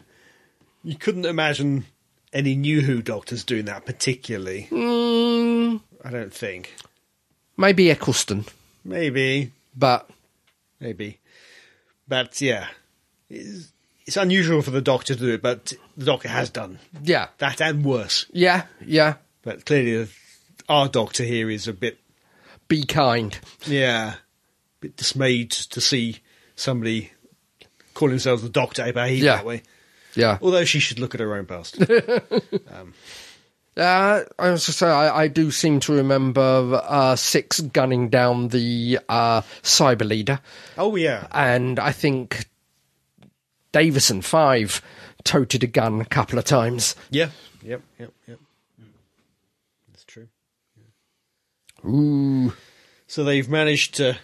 Speaker 3: you couldn't imagine any new Who doctors doing that particularly.
Speaker 4: Mm.
Speaker 3: I don't think.
Speaker 4: Maybe Eccleston,
Speaker 3: Maybe,
Speaker 4: but
Speaker 3: maybe, but yeah, it's, it's unusual for the Doctor to do it, but the Doctor has done
Speaker 4: yeah.
Speaker 3: that and worse.
Speaker 4: Yeah, yeah.
Speaker 3: But clearly, our Doctor here is a bit
Speaker 4: Be kind.
Speaker 3: Yeah. Bit dismayed to see somebody call themselves the doctor eh, behave
Speaker 4: Yeah.
Speaker 3: that way.
Speaker 4: Yeah.
Speaker 3: Although she should look at her own
Speaker 4: [laughs]
Speaker 3: past.
Speaker 4: Uh, I was to say, I, I do seem to remember uh, Six gunning down the uh, cyber leader,
Speaker 3: oh yeah.
Speaker 4: and I think Davison Five toted a gun a couple of times.
Speaker 3: Yeah. Yep, yep, yep. That's true.
Speaker 4: Ooh,
Speaker 3: So they've managed to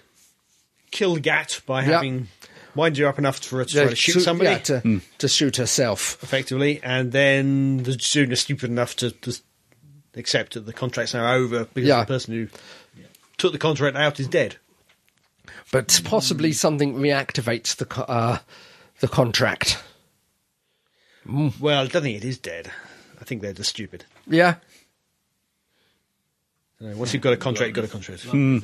Speaker 3: kill Gat by having wind her up enough for her to try to shoot
Speaker 4: Su-
Speaker 3: somebody
Speaker 4: yeah, to, to shoot herself.
Speaker 3: effectively, and then the student is stupid enough to just accept that the contract's now over because
Speaker 4: Yeah.
Speaker 3: the person who took the contract out is dead.
Speaker 4: But
Speaker 3: Hmm.
Speaker 4: possibly something reactivates the co- uh, the contract.
Speaker 3: Well, I don't think it is dead. I think they're just stupid.
Speaker 4: Yeah,
Speaker 3: You know, once you've got a contract, you've got a contract.
Speaker 2: Hmm.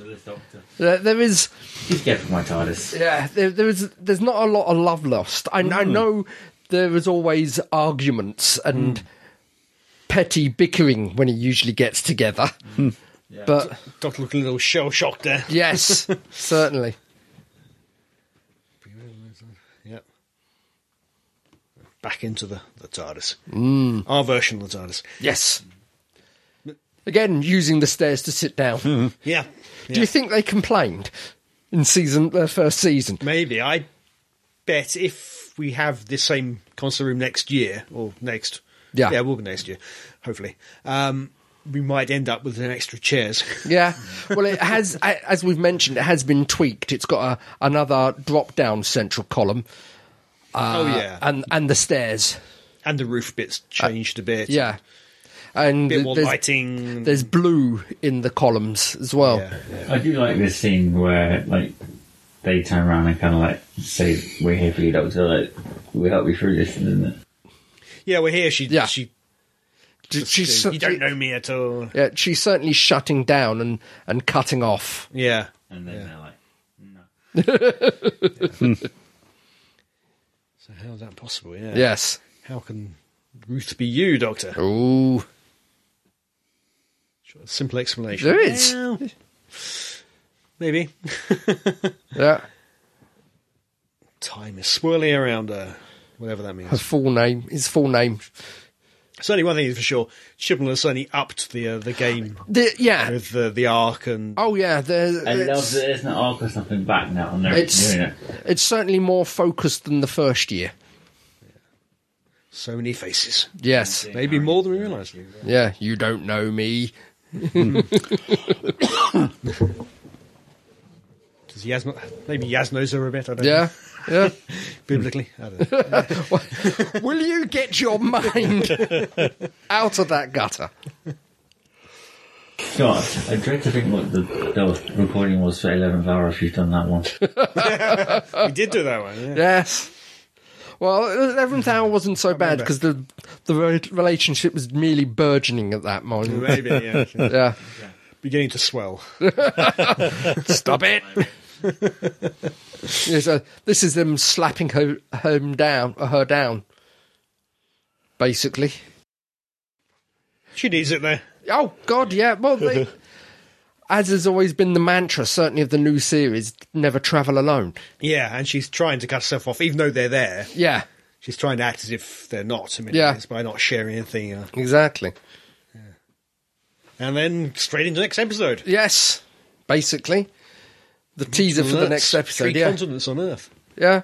Speaker 4: there, there is.
Speaker 2: He's careful, my TARDIS.
Speaker 4: Yeah, there, there is. There's not a lot of love lost. I,
Speaker 3: Mm.
Speaker 4: I know there is always arguments
Speaker 3: Mm.
Speaker 4: and petty bickering when it usually gets together.
Speaker 3: Mm.
Speaker 4: But
Speaker 3: Doctor looking a little shell shocked there. [laughs]
Speaker 4: yes, certainly.
Speaker 3: Yep. Back into the, the TARDIS.
Speaker 4: Mm.
Speaker 3: Our version of the TARDIS.
Speaker 4: Yes. Again, using the stairs to sit down.
Speaker 3: [laughs] Yeah.
Speaker 4: Do
Speaker 3: Yeah.
Speaker 4: you think they complained in season their first season?
Speaker 3: Maybe. I bet if we have this same console room next year, or next.
Speaker 4: Yeah.
Speaker 3: Yeah, it will be next year, hopefully. Um, we might end up with an extra chairs. [laughs]
Speaker 4: Yeah. Well, it has, a- as we've mentioned, it has been tweaked. It's got a, another drop-down central column.
Speaker 3: oh,
Speaker 4: uh,
Speaker 3: yeah. And,
Speaker 4: and and the stairs.
Speaker 3: the roof bit's changed a bit.
Speaker 4: Yeah. And
Speaker 3: bit more
Speaker 4: there's,
Speaker 3: lighting.
Speaker 4: there's blue in the columns as well.
Speaker 3: Yeah.
Speaker 2: I do like this scene where, like, they turn around and kind of like say, "We're here for you, Doctor. Like, we help you through this, isn't it?"
Speaker 3: yeah, we're here. She,
Speaker 4: Yeah.
Speaker 3: she,
Speaker 4: She- She's,
Speaker 3: you don't know me at all.
Speaker 4: Yeah, she's certainly shutting down and, and cutting off.
Speaker 3: Yeah.
Speaker 2: And then they're like, "No."
Speaker 3: So how's that possible? Yeah.
Speaker 4: Yes.
Speaker 3: How can Ruth be you, Doctor?
Speaker 4: Ooh.
Speaker 3: Sure, Simple explanation.
Speaker 4: There is.
Speaker 3: Well, maybe. [laughs]
Speaker 4: Yeah.
Speaker 3: Time is swirling around her, whatever that
Speaker 4: Her
Speaker 3: means.
Speaker 4: full name. His full name.
Speaker 3: certainly, one thing is for sure, Chibnall has certainly upped the uh, the game
Speaker 4: The, yeah.
Speaker 3: with the the arc and
Speaker 4: Oh yeah. There,
Speaker 2: I love
Speaker 4: it's,
Speaker 2: that there's an arc or something back now, and they're
Speaker 4: it's
Speaker 2: doing it.
Speaker 4: it's certainly more focused than the first year.
Speaker 3: so many faces.
Speaker 4: Yes.
Speaker 3: Maybe more than we realise.
Speaker 4: Yeah. You don't know me.
Speaker 3: Does Yaz not? Maybe Yaz knows her a bit. I don't
Speaker 4: Yeah.
Speaker 3: [laughs]
Speaker 4: Yeah.
Speaker 3: know. Biblically, I don't
Speaker 4: [laughs]
Speaker 3: know.
Speaker 4: Will you get
Speaker 3: [laughs]
Speaker 4: your mind out of that gutter?
Speaker 2: God, I dread to think what the, the recording was for 11th hour if you've done that [laughs] one.
Speaker 3: we did do that one. Yeah.
Speaker 4: Yes. Well,
Speaker 3: [laughs]
Speaker 4: eleventh hour wasn't so bad
Speaker 3: remember.
Speaker 4: because the the re- relationship was merely burgeoning at that moment.
Speaker 3: Maybe, yeah. [laughs]
Speaker 4: Yeah.
Speaker 3: Beginning to swell.
Speaker 4: Stop it. [laughs] Yes, uh, this is them slapping her home down, uh, her down, basically.
Speaker 3: She needs it there.
Speaker 4: Oh God, yeah.
Speaker 3: [laughs]
Speaker 4: Well, they, as has always been the mantra, certainly of the new series, never travel alone.
Speaker 3: Yeah, and she's trying to cut herself off, even though they're there.
Speaker 4: Yeah,
Speaker 3: She's trying to act as if they're not. I mean,
Speaker 4: Yeah.
Speaker 3: it's by not sharing anything. Uh,
Speaker 4: exactly.
Speaker 3: and then straight into the next episode.
Speaker 4: Yes, basically. The teaser for the
Speaker 3: That's
Speaker 4: next episode.
Speaker 3: Three
Speaker 4: Yeah.
Speaker 3: continents on Earth.
Speaker 4: Yeah.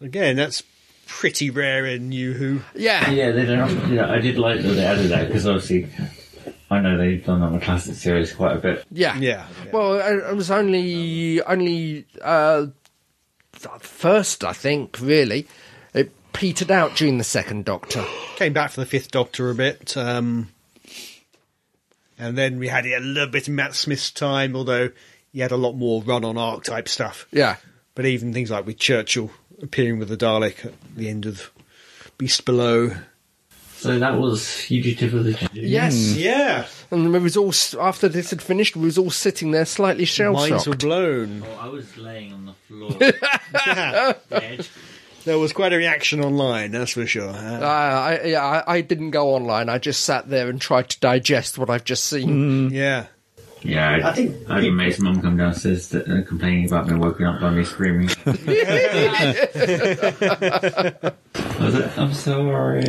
Speaker 3: Again, that's pretty rare in New Who.
Speaker 4: Yeah.
Speaker 2: Yeah, they don't. often do that. I did like that they added that because obviously, I know they've done on the classic series quite a bit.
Speaker 4: Yeah.
Speaker 3: Yeah.
Speaker 4: Well, I- it was only only uh, the first, I think, really. It petered out during the second Doctor.
Speaker 3: Came back for the Fifth Doctor a bit, um, and then we had it a little bit in Matt Smith's time, although he had a lot more run-on archetype stuff.
Speaker 4: Yeah.
Speaker 3: But even things like with Churchill appearing with the Dalek at the end of Beast Below.
Speaker 2: So that was fugitive of the.
Speaker 4: Yes.
Speaker 3: Yeah.
Speaker 4: And we was all s- after this had finished, we was all sitting there slightly shell
Speaker 3: Minds were
Speaker 4: shocked.
Speaker 3: blown.
Speaker 2: Oh, I was laying on the [laughs] floor,
Speaker 3: Yeah.
Speaker 2: dead.
Speaker 3: There was quite a reaction online, that's for sure. Uh,
Speaker 4: Uh, I, yeah, I I didn't go online. I just sat there and tried to digest what I've just
Speaker 3: Mm.
Speaker 4: seen.
Speaker 3: yeah.
Speaker 2: Yeah, I, think I had mate's mum come downstairs that, uh, complaining about me woken up by me screaming. I was like, I'm sorry,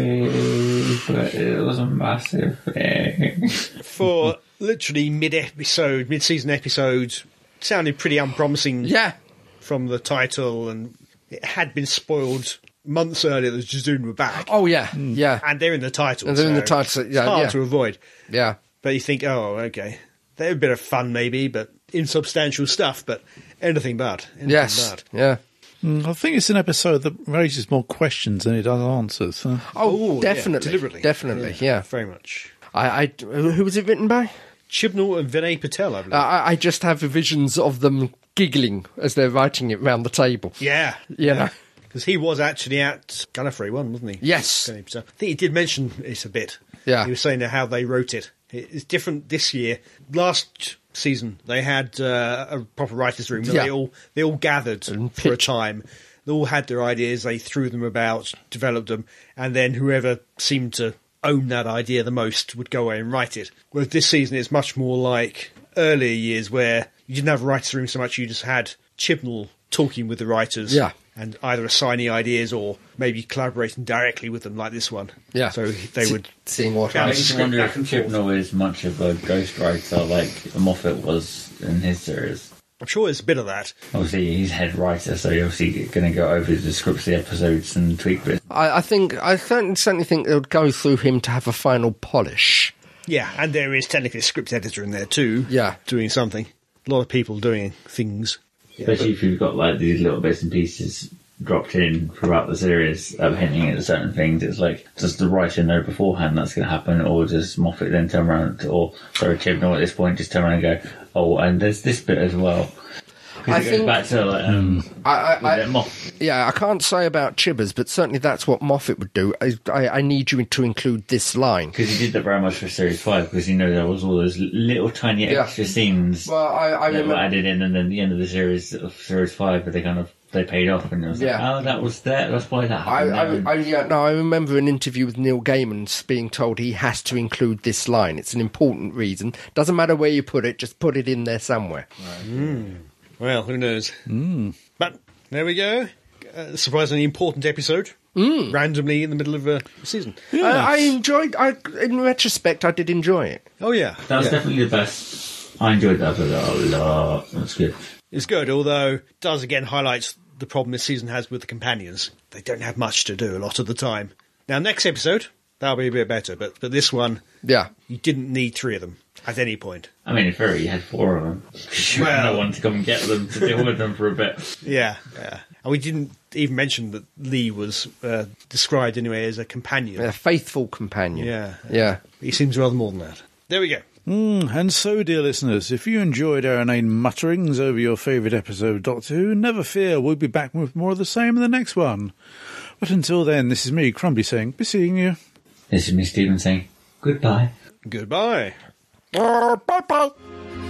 Speaker 2: but it was a massive thing.
Speaker 3: For literally mid episode, mid season episode, sounded pretty unpromising
Speaker 4: Yeah.
Speaker 3: from the title, and it had been spoiled months earlier that Jazoon were back.
Speaker 4: Oh yeah.
Speaker 3: Mm.
Speaker 4: Yeah.
Speaker 3: And they're in the title.
Speaker 4: And they're in
Speaker 3: so
Speaker 4: the title,
Speaker 3: It's
Speaker 4: yeah,
Speaker 3: hard
Speaker 4: yeah.
Speaker 3: to avoid.
Speaker 4: Yeah.
Speaker 3: But you think, oh, okay. They're a bit of fun, maybe, but insubstantial stuff, but anything but. Anything
Speaker 4: Yes.
Speaker 3: but.
Speaker 4: Yeah.
Speaker 1: Hmm, I think it's an episode that raises more questions than it does answers. huh?
Speaker 3: Ooh,
Speaker 4: Oh,
Speaker 3: yeah,
Speaker 4: definitely.
Speaker 3: deliberately.
Speaker 4: Definitely. Yeah.
Speaker 3: Very much.
Speaker 4: I, I. Who was it written by?
Speaker 3: Chibnall and Vinay Patel, I believe.
Speaker 4: Uh, I, I just have visions of them giggling as they're writing it round the table.
Speaker 3: yeah.
Speaker 4: You know?
Speaker 3: Because he was actually at Gallifrey 1, wasn't he?
Speaker 4: Yes.
Speaker 3: Vinay Patel. I think he did mention this a bit.
Speaker 4: Yeah.
Speaker 3: He was saying how they wrote it. It's different this year. Last season, they had uh, a proper writer's room. where
Speaker 4: Yeah.
Speaker 3: They all they all gathered for a
Speaker 4: pitched.
Speaker 3: time. They all had their ideas. They threw them about, developed them, and then whoever seemed to own that idea the most would go away and write it. Whereas this season, it's much more like earlier years where you didn't have a writer's room so much. You just had Chibnall talking with the writers.
Speaker 4: Yeah.
Speaker 3: And either assigning ideas or maybe collaborating directly with them, like this one.
Speaker 4: Yeah.
Speaker 3: So they
Speaker 4: Se-
Speaker 3: would
Speaker 4: seeing what
Speaker 2: I
Speaker 4: happens.
Speaker 2: just wonder if Chibnall is much of a ghostwriter like Moffat was in his series.
Speaker 3: I'm sure there's a bit of that.
Speaker 2: Obviously, he's head writer, so he's obviously going to go over the scripts of the episodes and tweak bits.
Speaker 4: I, I think I certainly, certainly think it would go through him to have a final polish.
Speaker 3: Yeah, and there is technically a script editor in there too.
Speaker 4: Yeah.
Speaker 3: Doing something. A lot of people doing things.
Speaker 2: Especially if you've got like these little bits and pieces dropped in throughout the series of hinting at certain things. It's like, does the writer know beforehand that's going to happen, or does Moffat then turn around, or sorry, Chibnall at this point just turn around and go, oh, and there's this bit as well.
Speaker 4: I
Speaker 2: Because it goes
Speaker 4: think-
Speaker 2: back to like, um,
Speaker 4: I, I,
Speaker 2: was it
Speaker 4: I,
Speaker 2: Moff-
Speaker 4: yeah, I can't say about Chibbers, but certainly that's what Moffat would do. I, I, I need you to include this line.
Speaker 2: because he did that very much for series five, because you know there was all those little tiny
Speaker 4: Yeah.
Speaker 2: extra scenes
Speaker 4: Well, I, I
Speaker 2: that were
Speaker 4: remember.
Speaker 2: added in, and then the end of the series of series five, but they kind of they paid off, and it was
Speaker 4: Yeah.
Speaker 2: like, oh, that was that. That's why that
Speaker 4: I,
Speaker 2: happened.
Speaker 4: I, I, yeah, no, I remember an interview with Neil Gaiman being told he has to include this line. It's an important reason. Doesn't matter where you put it, just put it in there somewhere.
Speaker 3: Well, who knows? But there we go. Uh, surprisingly important episode. Randomly in the middle of a season.
Speaker 4: I, I enjoyed. I, in retrospect, I did enjoy it.
Speaker 3: Oh, yeah.
Speaker 2: That was
Speaker 3: Yeah.
Speaker 2: definitely the best. I enjoyed that episode a lot. That's good.
Speaker 3: It's good, although it does again highlight the problem this season has with the companions. They don't have much to do a lot of the time. Now, next episode, that'll be a bit better, but, but this one,
Speaker 4: Yeah,
Speaker 3: you didn't need three of them at any point.
Speaker 2: I mean, in theory, you had four of them. You had no one to come and get them to deal with them for a [laughs] bit.
Speaker 3: Yeah, yeah. And we didn't even mention that Lee was uh, described anyway as a companion.
Speaker 4: a faithful companion.
Speaker 3: Yeah.
Speaker 4: yeah.
Speaker 3: He seems rather more than that. There we go.
Speaker 1: Mm, And so, dear listeners, if you enjoyed our inane mutterings over your favourite episode of Doctor Who, never fear, we'll be back with more of the same in the next one. But until then, this is me, Crumbly, saying, be seeing you.
Speaker 2: This is me, Stephen, saying goodbye.
Speaker 3: Goodbye.
Speaker 4: bye bye.